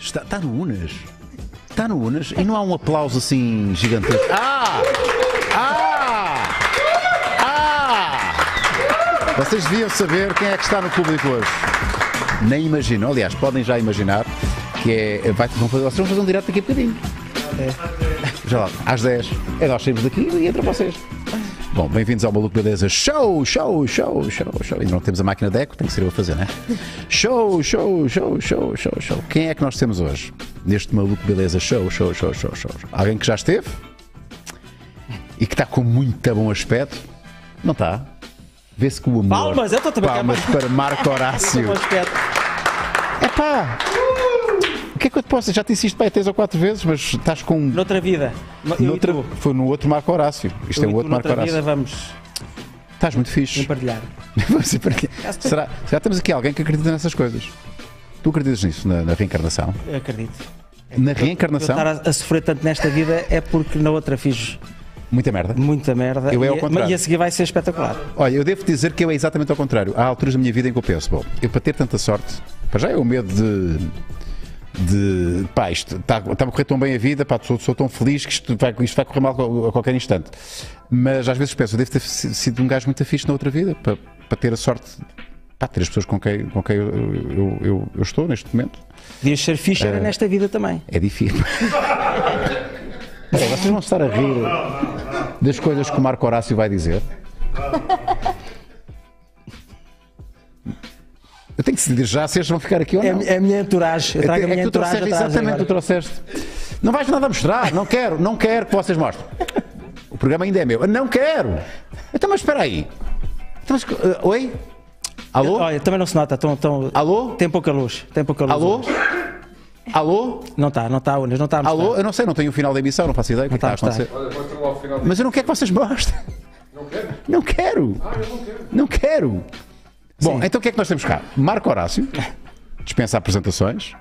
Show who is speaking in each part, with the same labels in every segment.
Speaker 1: Está, está no Unas. Está no Unas e não há um aplauso assim gigantesco. Ah! Ah! Ah! Vocês deviam saber quem é que está no público hoje. Nem imaginam, aliás, podem já imaginar que é. Vai, vão fazer, vocês vão fazer um direto daqui a bocadinho. Já lá, às 10. É nós saímos daqui e entra vocês. Bom, bem-vindos ao Maluco Beleza. Show, show, show, show, show. Ainda não temos a máquina de eco, tem que ser eu a fazer, né? Show, show, show, show, show, show. Quem é que nós temos hoje? Neste Maluco Beleza, show, show, show, show, show. Alguém que já esteve? E que está com muito bom aspecto? Não está? Vê-se que o amor.
Speaker 2: Palmas, eu estou também cá,
Speaker 1: Palmas
Speaker 2: mas-
Speaker 1: para Marco Horácio.
Speaker 2: Bom aspecto.
Speaker 1: Epá! O que é que eu te posso? Já te insisto para aí três ou quatro vezes, mas estás com.
Speaker 2: Noutra vida. Eu e
Speaker 1: noutra-
Speaker 2: tu.
Speaker 1: Foi no outro Marco Horácio. Isto
Speaker 2: Eu
Speaker 1: é
Speaker 2: e
Speaker 1: um
Speaker 2: tu
Speaker 1: outro Marco
Speaker 2: noutra
Speaker 1: Horácio.
Speaker 2: vida vamos
Speaker 1: Estás muito fixe.
Speaker 2: empartilhar.
Speaker 1: Vamos ver para quê. será, será que temos aqui alguém que acredita nessas coisas? Tu acreditas nisso, na, na reencarnação?
Speaker 2: Eu acredito.
Speaker 1: Na
Speaker 2: Eu
Speaker 1: reencarnação?
Speaker 2: estar a, a sofrer tanto nesta vida é porque na outra fiz
Speaker 1: Muita merda.
Speaker 2: muita merda.
Speaker 1: Eu é
Speaker 2: e,
Speaker 1: ao contrário.
Speaker 2: E a seguir vai ser espetacular.
Speaker 1: Olha, eu devo dizer que eu é exatamente ao contrário. Há alturas da minha vida em que eu penso, bom, eu para ter tanta sorte, para já é o medo de. De pá, isto está-me a correr tão bem a vida, pá, sou, sou tão feliz que isto vai, isto vai correr mal a qualquer instante. Mas às vezes penso, eu devo ter si- sido um gajo muito fixe na outra vida, para, para ter a sorte, pá, ter as pessoas com quem, com quem eu, eu- eu- eu estou neste momento.
Speaker 2: Podias ser ficha nesta vida também.
Speaker 1: É difícil. Peraí, vocês vão estar a rir das coisas que o Marco Horácio vai dizer. Eu tenho que decidir já se eles vão ficar aqui ou
Speaker 2: É, a
Speaker 1: não.
Speaker 2: mi- é a minha entourage. Eu
Speaker 1: É
Speaker 2: trago a
Speaker 1: que
Speaker 2: minha
Speaker 1: tu
Speaker 2: entourage
Speaker 1: trouxeste,
Speaker 2: atrás
Speaker 1: exatamente, tu
Speaker 2: agora.
Speaker 1: trouxeste. Não vais nada mostrar, não quero, não quero que vocês mostrem. O programa ainda é meu. Não quero! Então, mas espera aí. Então, mas, eh, oi? Alô?
Speaker 2: Olha, também não se nota. Tão, tão...
Speaker 1: Alô?
Speaker 2: Tem pouca luz. Tem pouca luz.
Speaker 1: Alô?
Speaker 2: hoje.
Speaker 1: Alô?
Speaker 2: Não está, não está, Unas. Não está a mostrar.
Speaker 1: Alô? Eu não sei, não tenho o final da emissão, não faço ideia o que está
Speaker 2: Não
Speaker 1: a
Speaker 2: Tá, está a
Speaker 1: acontecer.
Speaker 3: Olha, mostra lá o final.
Speaker 1: Mas eu não quero que vocês mostrem. Não quero. Ah, Não quero. Bom, então o que é que nós temos cá? Marco Horácio, dispensa apresentações.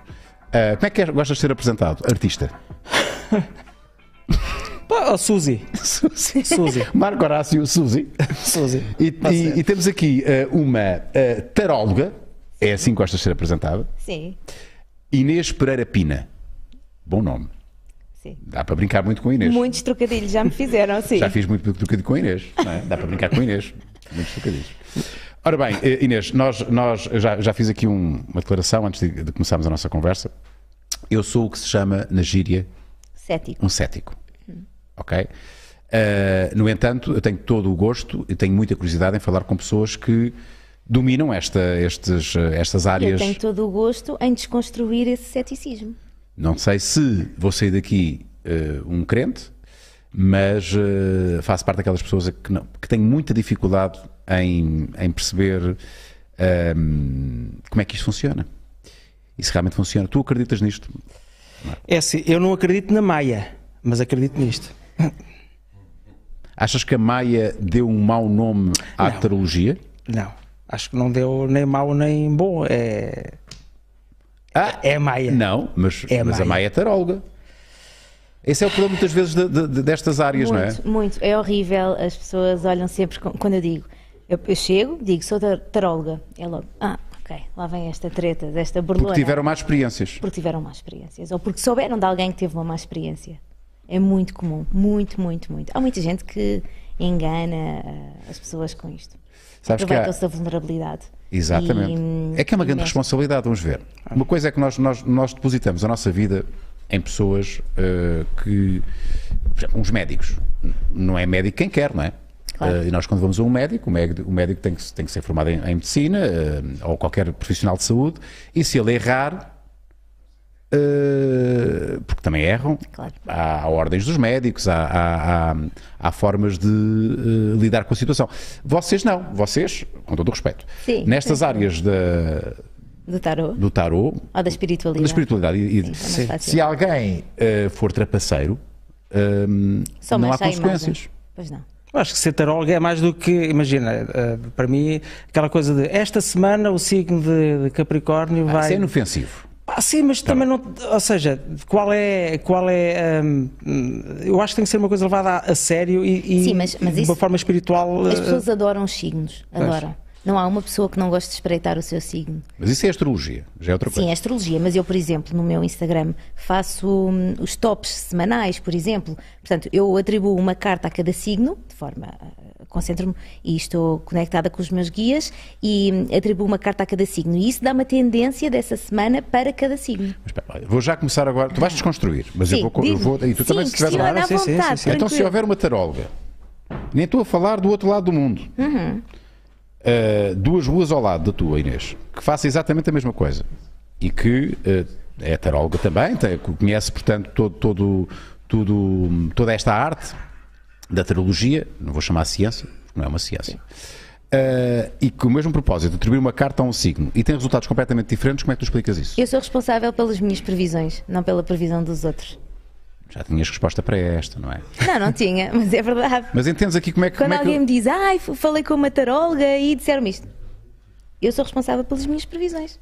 Speaker 1: Ah, como é que é- gostas de ser apresentado? Artista.
Speaker 2: Pá, oh, Suzy.
Speaker 1: Suzy.
Speaker 2: Suzy.
Speaker 1: Marco Horácio, Suzy.
Speaker 2: Suzy.
Speaker 1: E,
Speaker 2: Tá
Speaker 1: e-
Speaker 2: certo.
Speaker 1: e temos aqui ah, uma ah, taróloga, é assim que gostas de ser apresentada.
Speaker 4: Sim,
Speaker 1: Inês Pereira Pina. Bom nome.
Speaker 4: sim.
Speaker 1: Dá para brincar muito com a Inês.
Speaker 4: Muitos trocadilhos já me fizeram, sim.
Speaker 1: Já fiz muito trocadilho com a Inês, não é? Dá para brincar com a Inês. Muitos trocadilhos. Ora bem, eh, Inês, nós, nós eu já, já fiz aqui um- uma declaração antes de, de começarmos a nossa conversa. Eu sou o que se chama, na gíria,
Speaker 4: Cético.
Speaker 1: um cético. Ok? Eh, no entanto, eu tenho todo o gosto e tenho muita curiosidade em falar com pessoas que dominam esta, estes, eh, estas
Speaker 4: Eu
Speaker 1: áreas.
Speaker 4: tenho todo o gosto em desconstruir esse ceticismo.
Speaker 1: Não sei se vou sair daqui eh, um crente, mas eh, faço parte daquelas pessoas que, não, que têm muita dificuldade em, em perceber ehm, como é que isto funciona. E se realmente funciona. Tu acreditas nisto?
Speaker 2: É assim, eu não acredito na Maia, mas acredito nisto.
Speaker 1: Achas que a Maia deu um mau nome à
Speaker 2: Não.
Speaker 1: tarologia?
Speaker 2: Não. Acho que não deu nem mau nem bom. É.
Speaker 1: Ah,
Speaker 2: É Maia.
Speaker 1: Não, mas,
Speaker 2: É a
Speaker 1: mas a
Speaker 2: Maia.
Speaker 1: Maia é taróloga. Esse é o problema muitas vezes de- de- de- destas áreas, não é?
Speaker 4: Muito, muito. É horrível. As pessoas olham sempre com- quando eu digo. Eu, eu chego, digo, sou tar- taróloga. É logo, ah, ok, lá vem esta treta, desta burlona.
Speaker 1: Porque
Speaker 2: é?
Speaker 1: tiveram mais experiências.
Speaker 4: Porque tiveram más experiências. Ou porque souberam de alguém que teve uma má experiência. É muito comum. Muito, muito, muito. Há muita gente que engana ah, as pessoas com isto.
Speaker 1: Sabes que há-
Speaker 4: Aproveitam-se da vulnerabilidade.
Speaker 1: Exatamente.
Speaker 4: E- hum,
Speaker 1: é que é uma
Speaker 4: e
Speaker 1: grande
Speaker 4: mexe-
Speaker 1: responsabilidade, vamos ver. Uma coisa é que nós, nós, nós depositamos a nossa vida em pessoas eh, que. Por exemplo, uns médicos. N- Não é médico quem quer, não é?
Speaker 4: Claro.
Speaker 1: Eh, e nós, quando vamos a um médico, o médico, o médico tem, que, se- tem que ser formado em, em medicina eh, ou qualquer profissional de saúde, e se ele errar. eh, porque também erram,
Speaker 4: Claro.
Speaker 1: há ordens dos médicos, há, há- há- há formas de eh, lidar com a situação. Vocês não, vocês, com todo o respeito,
Speaker 4: Sim.
Speaker 1: nestas áreas da-
Speaker 4: Do tarô?
Speaker 1: do tarô,
Speaker 4: Ou Ah, da espiritualidade?
Speaker 1: da espiritualidade, e- e-
Speaker 4: Sim, é mais fácil.
Speaker 1: se alguém eh, for trapaceiro, ehm,
Speaker 4: Só
Speaker 1: não há
Speaker 4: mancha a
Speaker 1: consequências.
Speaker 4: imagem. Pois não.
Speaker 2: Eu acho que ser tarólogo é mais do que, imagina, eh, para mim, aquela coisa de esta semana o signo de, de Capricórnio
Speaker 1: Isso
Speaker 2: vai.
Speaker 1: é Tá. inofensivo.
Speaker 2: Ah, sim, mas também não. Ou seja, qual é. Qual é hum, hum, eu acho que tem que ser uma coisa levada a, a sério e, e
Speaker 4: Sim, mas- mas
Speaker 2: de uma
Speaker 4: isso-
Speaker 1: Ah,
Speaker 2: forma espiritual.
Speaker 4: As
Speaker 2: eh,
Speaker 4: pessoas adoram os signos, adoram. Não há uma pessoa que não goste de espreitar o seu signo.
Speaker 1: Mas isso é astrologia, já é outra coisa.
Speaker 4: Sim, é astrologia, mas eu, por exemplo, no meu Instagram faço hum, os tops semanais, por exemplo. Portanto, eu atribuo uma carta a cada signo, de forma. ah, concentro-me e estou conectada com os meus guias e hum, atribuo uma carta a cada signo. E isso dá uma tendência dessa semana para cada signo.
Speaker 1: Mas espera, olha, vou já começar agora. Tu vais desconstruir, mas eu
Speaker 4: Sim,
Speaker 1: vou. co- Eu
Speaker 4: diz-me.
Speaker 1: vou e tu
Speaker 4: Sim,
Speaker 1: também, se tiver
Speaker 4: Cristina,
Speaker 1: lá.
Speaker 4: dá
Speaker 2: sim, sim, sim,
Speaker 4: vontade,
Speaker 2: sim.
Speaker 1: Então, se
Speaker 4: tranquilo.
Speaker 1: houver uma taróloga, nem estou a falar do outro lado do mundo,
Speaker 4: Uhum.
Speaker 1: Ah, duas ruas ao lado da tua, Inês, que faça exatamente a mesma coisa e que ah, é taróloga também, tem- conhece, portanto, todo, todo, tudo, toda esta arte da tarologia, não vou chamar ciência, porque não é uma ciência. Ah, e que o mesmo propósito, atribuir uma carta a um signo e tem resultados completamente diferentes, como é que tu explicas isso?
Speaker 4: Eu sou responsável pelas minhas previsões, não pela previsão dos outros.
Speaker 1: Já tinhas resposta para esta, não é?
Speaker 4: Não, não tinha, mas é verdade.
Speaker 1: Mas entendes aqui como é que.
Speaker 4: Quando
Speaker 1: como é que
Speaker 4: alguém me diz, ai, f- falei com uma taróloga e disseram-me isto, eu sou responsável pelas minhas previsões.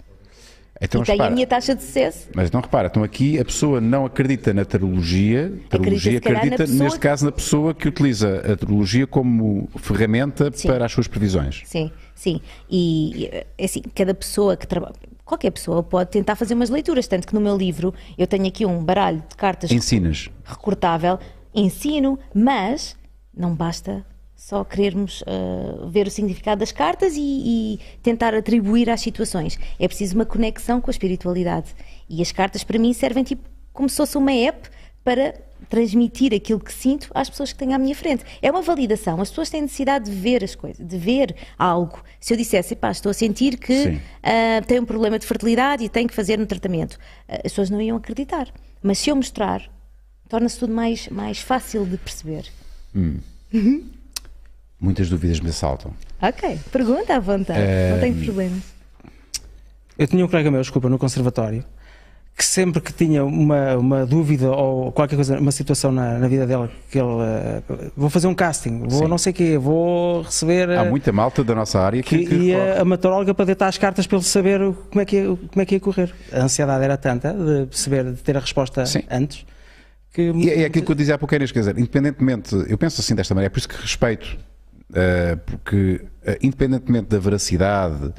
Speaker 1: Então,
Speaker 4: e tenho
Speaker 1: repara.
Speaker 4: a minha taxa de sucesso.
Speaker 1: Mas então repara, então aqui a pessoa não acredita na tarologia, tarologia
Speaker 4: se calhar,
Speaker 1: acredita,
Speaker 4: na pessoa
Speaker 1: neste
Speaker 4: que-
Speaker 1: caso, na pessoa que utiliza a tarologia como ferramenta
Speaker 4: Sim.
Speaker 1: para as suas previsões.
Speaker 4: Sim, sim. E eh, é assim, cada pessoa que trabalha. Qualquer pessoa pode tentar fazer umas leituras, tanto que no meu livro eu tenho aqui um baralho de cartas
Speaker 1: Ensinas.
Speaker 4: recortável, ensino, mas não basta só querermos eh, ver o significado das cartas e, e tentar atribuir às situações. É preciso uma conexão com a espiritualidade. E as cartas, para mim, servem tipo como se fosse uma app para transmitir aquilo que sinto às pessoas que têm à minha frente. É uma validação. As pessoas têm necessidade de ver as coisas, de ver algo. Se eu dissesse, pá, estou a sentir que
Speaker 1: Sim.
Speaker 4: ah, tem um problema de fertilidade e tem que fazer um tratamento. Ah, as pessoas não iam acreditar. Mas se eu mostrar, torna-se tudo mais, mais fácil de perceber.
Speaker 1: Muitas dúvidas me assaltam.
Speaker 4: Ok, pergunta à vontade,
Speaker 1: É,
Speaker 4: não tenho problema.
Speaker 2: Eu tinha um colega meu, desculpa, no conservatório, que sempre que tinha uma, uma dúvida ou qualquer coisa, uma situação na, na vida dela, que ele. eh, vou fazer um casting, vou
Speaker 1: Sim.
Speaker 2: não sei o quê, vou receber. eh,
Speaker 1: Há muita malta da nossa área
Speaker 2: que
Speaker 1: que, que recorre.
Speaker 2: ia a matóloga para deitar as cartas para ele saber o- como é, que ia, como é que ia correr. A ansiedade era tanta de perceber, de ter a resposta
Speaker 1: Sim.
Speaker 2: antes, que
Speaker 1: E é aquilo que eu dizia há pouco, Inês, quer dizer, independentemente, eu penso assim desta maneira, é por isso que respeito, eh, porque eh, independentemente da veracidade,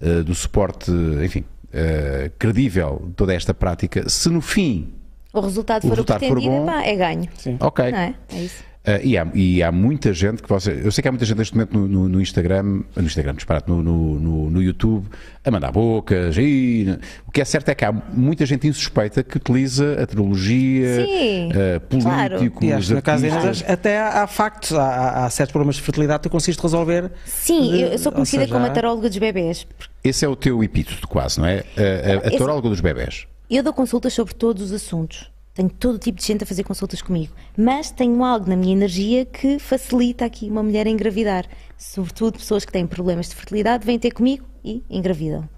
Speaker 1: eh, do suporte, enfim, eh, credível de toda esta prática, se no fim,
Speaker 4: O resultado
Speaker 1: O
Speaker 4: for o
Speaker 1: resultado for
Speaker 4: pretendido,
Speaker 1: bom,
Speaker 4: pá, é ganho.
Speaker 2: Sim.
Speaker 1: ok,
Speaker 4: Não é? É isso.
Speaker 1: Ah, e, há, e há muita gente que você. Eu sei que há muita gente neste momento no, no- no Instagram, no Instagram, disparate, no, no, no- no YouTube, a mandar bocas. "Ih", o que é certo é que há muita gente insuspeita que utiliza a trilogia,
Speaker 4: Sim,
Speaker 1: ah,
Speaker 4: claro.
Speaker 1: políticos,
Speaker 2: E acho que na casa de
Speaker 1: artistas.
Speaker 2: Inês, até há, há factos, há, há- há certos problemas de fertilidade que tu consegues resolver.
Speaker 4: Sim, eu eu sou
Speaker 2: Ou
Speaker 4: conhecida
Speaker 2: seja,
Speaker 4: como a
Speaker 2: há-
Speaker 4: taróloga dos bebés. porque
Speaker 1: Esse é o teu epíteto, quase, não é? A, a, a
Speaker 4: Esse-
Speaker 1: taróloga dos bebés.
Speaker 4: Eu dou consultas sobre todos os assuntos. Tenho todo o tipo de gente a fazer consultas comigo. Mas tenho algo na minha energia que facilita aqui uma mulher a engravidar. Sobretudo pessoas que têm problemas de fertilidade vêm ter comigo e engravidam.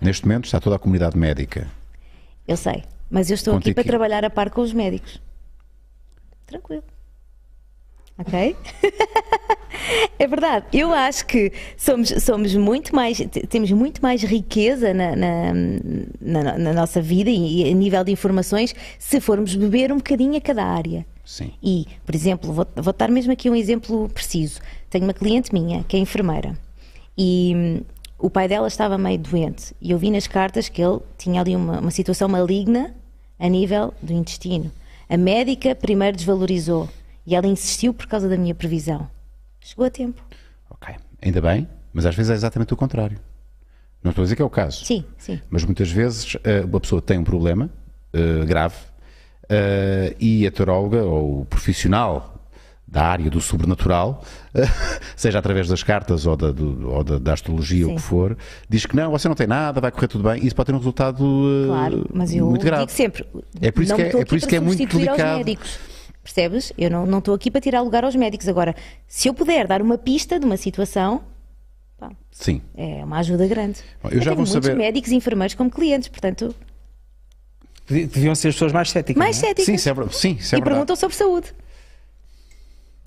Speaker 1: Neste momento está toda a comunidade médica.
Speaker 4: Eu sei, mas eu estou
Speaker 1: Conta
Speaker 4: aqui para
Speaker 1: aqui.
Speaker 4: trabalhar a par com os médicos. Tranquilo. Ok? é verdade. Eu acho que somos, somos muito mais, te- temos muito mais riqueza na, na- na- na nossa vida e, e a nível de informações se formos beber um bocadinho a cada área.
Speaker 1: Sim.
Speaker 4: E, por exemplo, vou, vou dar mesmo aqui um exemplo preciso. Tenho uma cliente minha que é enfermeira e hum, o pai dela estava meio doente e eu vi nas cartas que ele tinha ali uma, uma situação maligna a nível do intestino. A médica primeiro desvalorizou e ela insistiu por causa da minha previsão. Chegou a tempo.
Speaker 1: Ok. Ainda bem, mas às vezes é exatamente o contrário. Não estou a dizer que é o caso.
Speaker 4: Sim, sim.
Speaker 1: Mas muitas vezes eh, uma pessoa tem um problema eh, grave eh, e a taróloga ou o profissional da área do sobrenatural, seja através das cartas ou da, do- ou da, da astrologia, ou o que for, diz que não, você não tem nada, vai correr tudo bem. Isso pode ter um resultado eh,
Speaker 4: Claro, mas eu
Speaker 1: muito grave.
Speaker 4: digo sempre.
Speaker 1: É por isso
Speaker 4: não
Speaker 1: que é-
Speaker 4: estou
Speaker 1: é
Speaker 4: aqui
Speaker 1: por isso
Speaker 4: para
Speaker 1: que é muito
Speaker 4: substituir
Speaker 1: delicado.
Speaker 4: Aos médicos. Percebes? Eu não não estou aqui para tirar lugar aos médicos. Agora, se eu puder dar uma pista de uma situação, pá,
Speaker 1: Sim.
Speaker 4: é uma ajuda grande.
Speaker 1: Bom, eu já vou
Speaker 4: tenho muitos
Speaker 1: saber-
Speaker 4: médicos e enfermeiros como clientes, portanto,
Speaker 2: Devi- Deviam ser as pessoas mais céticas.
Speaker 4: mais
Speaker 2: não é?
Speaker 4: céticos.
Speaker 1: Sim, isso é, ver- sim, isso é
Speaker 4: e
Speaker 1: verdade.
Speaker 4: perguntam sobre saúde.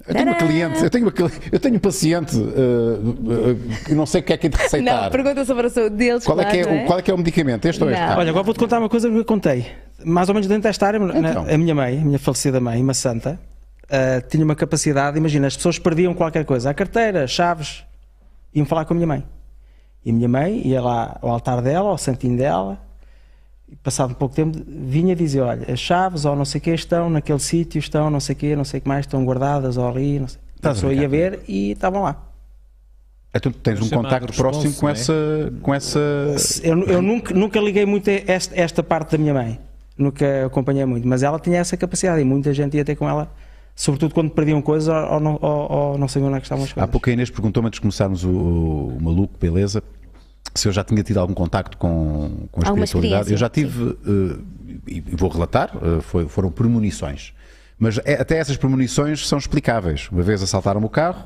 Speaker 1: Eu tenho uma
Speaker 4: Tadã!
Speaker 1: cliente, eu tenho, uma, cli- eu tenho um paciente, eh, eh, eu não sei o que é que é de receitar.
Speaker 4: Não, perguntam sobre a saúde deles.
Speaker 1: qual, é que é,
Speaker 4: claro, não
Speaker 1: o, qual é que é o medicamento? Este ou este?
Speaker 4: Não.
Speaker 1: Ah,
Speaker 2: Olha, agora vou-te contar uma coisa que eu contei. Mais ou menos dentro desta área, na-
Speaker 1: Então.
Speaker 2: a minha mãe, a minha falecida mãe, uma santa, ah, tinha uma capacidade, imagina, as pessoas perdiam qualquer coisa, a carteira, chaves, iam falar com a minha mãe. E a minha mãe ia lá ao altar dela, ao santinho dela, e passado um pouco tempo vinha dizer, olha, as chaves ou não sei o que estão naquele sítio, estão não sei o que, não sei o que mais, estão guardadas ou ali, não sei.
Speaker 1: Estás a
Speaker 2: Então, eu ia
Speaker 1: brincar.
Speaker 2: ver e estavam lá.
Speaker 1: É tu que tens um
Speaker 3: Chamado
Speaker 1: contacto
Speaker 3: responso,
Speaker 1: próximo com
Speaker 3: não é?
Speaker 1: essa. Com essa...
Speaker 2: Eu, eu nunca, nunca liguei muito a esta, esta parte da minha mãe, nunca acompanhei muito, mas ela tinha essa capacidade e muita gente ia ter com ela, sobretudo quando perdiam coisas ou, ou não- ou- ou não sabiam onde é que estavam as
Speaker 1: Há
Speaker 2: coisas.
Speaker 1: pouco a Inês perguntou-me antes de começarmos o, o- o maluco, beleza, se eu já tinha tido algum contacto com, com a
Speaker 4: Alguma
Speaker 1: espiritualidade. Eu já
Speaker 4: experiência,
Speaker 1: tive, eh, e e vou relatar, eh, foi- foram premonições. Mas é- até essas premonições são explicáveis. Uma vez assaltaram-me o carro,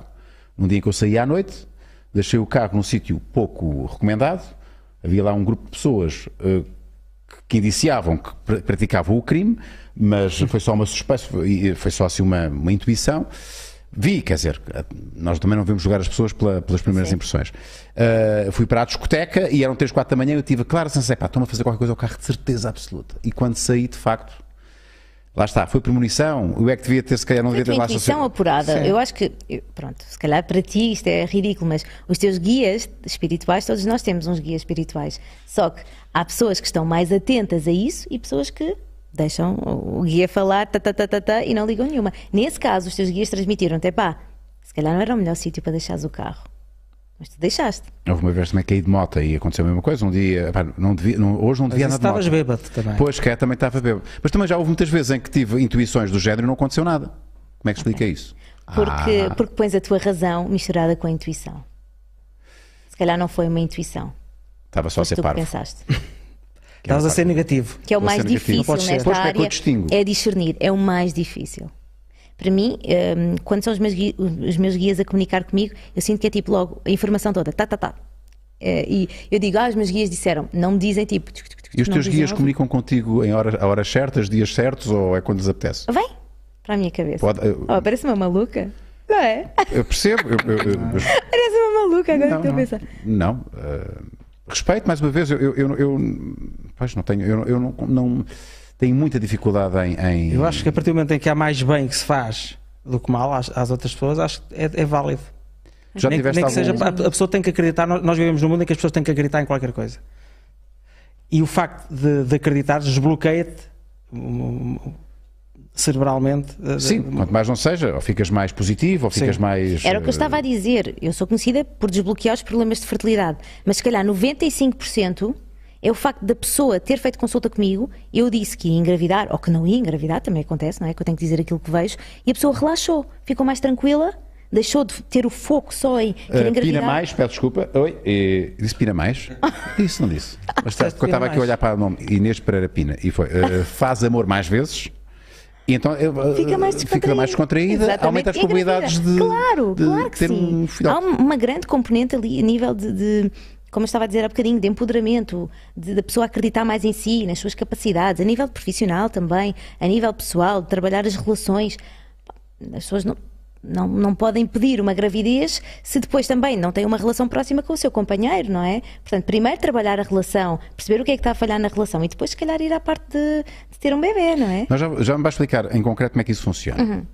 Speaker 1: num dia em que eu saí à noite, deixei o carro num sítio pouco recomendado, havia lá um grupo de pessoas eh, que indiciavam que pr- praticavam o crime, mas foi só uma suspeita, foi foi só assim uma, uma intuição. Vi, quer dizer, nós também não vimos julgar as pessoas pela- pelas primeiras impressões. Ah, fui para a discoteca e eram 3, 4 da manhã eu tive a clara sensação, pá, estão a fazer qualquer coisa ao carro de certeza absoluta. E quando saí, de facto, lá está, foi premonição, eu é que devia ter, se calhar não
Speaker 4: Foi
Speaker 1: devia
Speaker 4: a tua
Speaker 1: ter lá associado.
Speaker 4: intuição apurada. Eu acho que, eu- pronto, se calhar para ti isto é ridículo, mas os teus guias espirituais, todos nós temos uns guias espirituais. Só que há pessoas que estão mais atentas a isso e pessoas que deixam o o guia falar tá, tá, tá, tá, tá, e não ligam nenhuma. Nesse caso, os teus guias transmitiram-te, pá, se calhar não era o melhor sítio para deixares o carro. Mas tu deixaste.
Speaker 1: Houve uma vez também que caí de moto e aconteceu a mesma coisa, um dia, pá, não devia, não- hoje não
Speaker 2: Mas
Speaker 1: devia
Speaker 2: isso
Speaker 1: andar de moto.
Speaker 2: estavas bêbado também.
Speaker 1: Pois, que é, também estava bêbado. Mas também já houve muitas vezes em que tive intuições do género e não aconteceu nada. Como é que explica isso?
Speaker 4: Porque,
Speaker 1: Ah,
Speaker 4: porque pões a tua razão misturada com a intuição. Se calhar não foi uma intuição.
Speaker 1: estava só a
Speaker 4: Mas
Speaker 1: ser
Speaker 4: tu que
Speaker 1: parvo.
Speaker 4: pensaste.
Speaker 2: Estavas a ser negativo.
Speaker 4: que é o
Speaker 1: Vou
Speaker 4: mais
Speaker 1: ser negativo.
Speaker 4: difícil
Speaker 1: Não pode ser.
Speaker 4: nesta
Speaker 1: Pois, como é
Speaker 4: área
Speaker 1: que eu distingo?
Speaker 4: é discernir, é o mais difícil. Para mim, hum, quando são os meus, gui- os meus guias a comunicar comigo, eu sinto que é tipo logo a informação toda, tá, tá, tá. Eh, e eu digo, ah, os meus guias disseram, não me dizem tipo. tuc, tuc, tuc,
Speaker 1: E os
Speaker 4: não é
Speaker 1: teus
Speaker 4: me dizem
Speaker 1: guias
Speaker 4: ao
Speaker 1: comunicam contigo em horas, a horas certas, dias certos ou é quando lhes apetece?
Speaker 4: vivo. Vem para a minha cabeça.
Speaker 1: Pode- eh, eu-
Speaker 4: Oh, parece uma maluca. Não é?
Speaker 1: Eu percebo. eu- eu- eu- mas-
Speaker 4: Parece uma maluca agora que estou a pensar.
Speaker 1: não. eh, respeito, mais uma vez, eu, eu, eu, eu- pois, não tenho. Eu, não- eu não, não tenho muita dificuldade em. em-
Speaker 2: Eu acho que a partir do momento em que há mais bem que se faz do que mal às, às outras pessoas, acho que é, é válido.
Speaker 1: já
Speaker 2: nem que-
Speaker 1: tiveste
Speaker 2: nem que
Speaker 1: algum-
Speaker 2: seja, a, a pessoa tem que acreditar, nós, nós vivemos num mundo em que as pessoas têm que acreditar em qualquer coisa. E o facto de, de acreditar desbloqueia-te hum, hum, cerebralmente. eh, de- de-
Speaker 1: Sim, quanto mais não seja, ou ficas mais positivo, ou ficas
Speaker 2: Sim.
Speaker 1: mais.
Speaker 4: Era o que
Speaker 1: eh,
Speaker 4: eu estava a dizer. Eu sou conhecida por desbloquear os problemas de fertilidade. Mas se calhar 95% é o facto da pessoa ter feito consulta comigo, eu disse que ia engravidar, ou que não ia engravidar, também acontece, não é? Que eu tenho que dizer aquilo que vejo, e a pessoa relaxou, ficou mais tranquila, deixou de ter o foco só em
Speaker 1: Uh,
Speaker 4: querer
Speaker 1: pina
Speaker 4: engravidar.
Speaker 1: mais, peço desculpa. Oi, eh, disse Pina mais? Disse, não disse. Mas tá,
Speaker 2: Disseste
Speaker 1: porque eu estava
Speaker 2: Pina
Speaker 1: aqui a
Speaker 2: mais.
Speaker 1: olhar para o nome Inês Pereira Pina e foi eh, faz amor mais vezes. E então eu, eh,
Speaker 4: Fica mais
Speaker 1: fica mais descontraída,
Speaker 4: Exatamente.
Speaker 1: aumenta as
Speaker 4: E engravida.
Speaker 1: probabilidades de,
Speaker 4: claro,
Speaker 1: de
Speaker 4: claro que
Speaker 1: ter
Speaker 4: sim.
Speaker 1: um filhote.
Speaker 4: Há um- uma grande componente ali a nível de, de- como eu estava a dizer há bocadinho, de empoderamento, de- da pessoa acreditar mais em si, nas suas capacidades, a nível profissional também, a nível pessoal, de trabalhar as relações. As pessoas não. Não, não podem pedir uma gravidez se depois também não têm uma relação próxima com o seu companheiro, não é? Portanto, primeiro trabalhar a relação, perceber o que é que está a falhar na relação e depois, se calhar, ir à parte de, de ter um bebê, não é?
Speaker 1: Mas já, já me vais explicar em concreto como é que isso funciona.
Speaker 4: Uhum.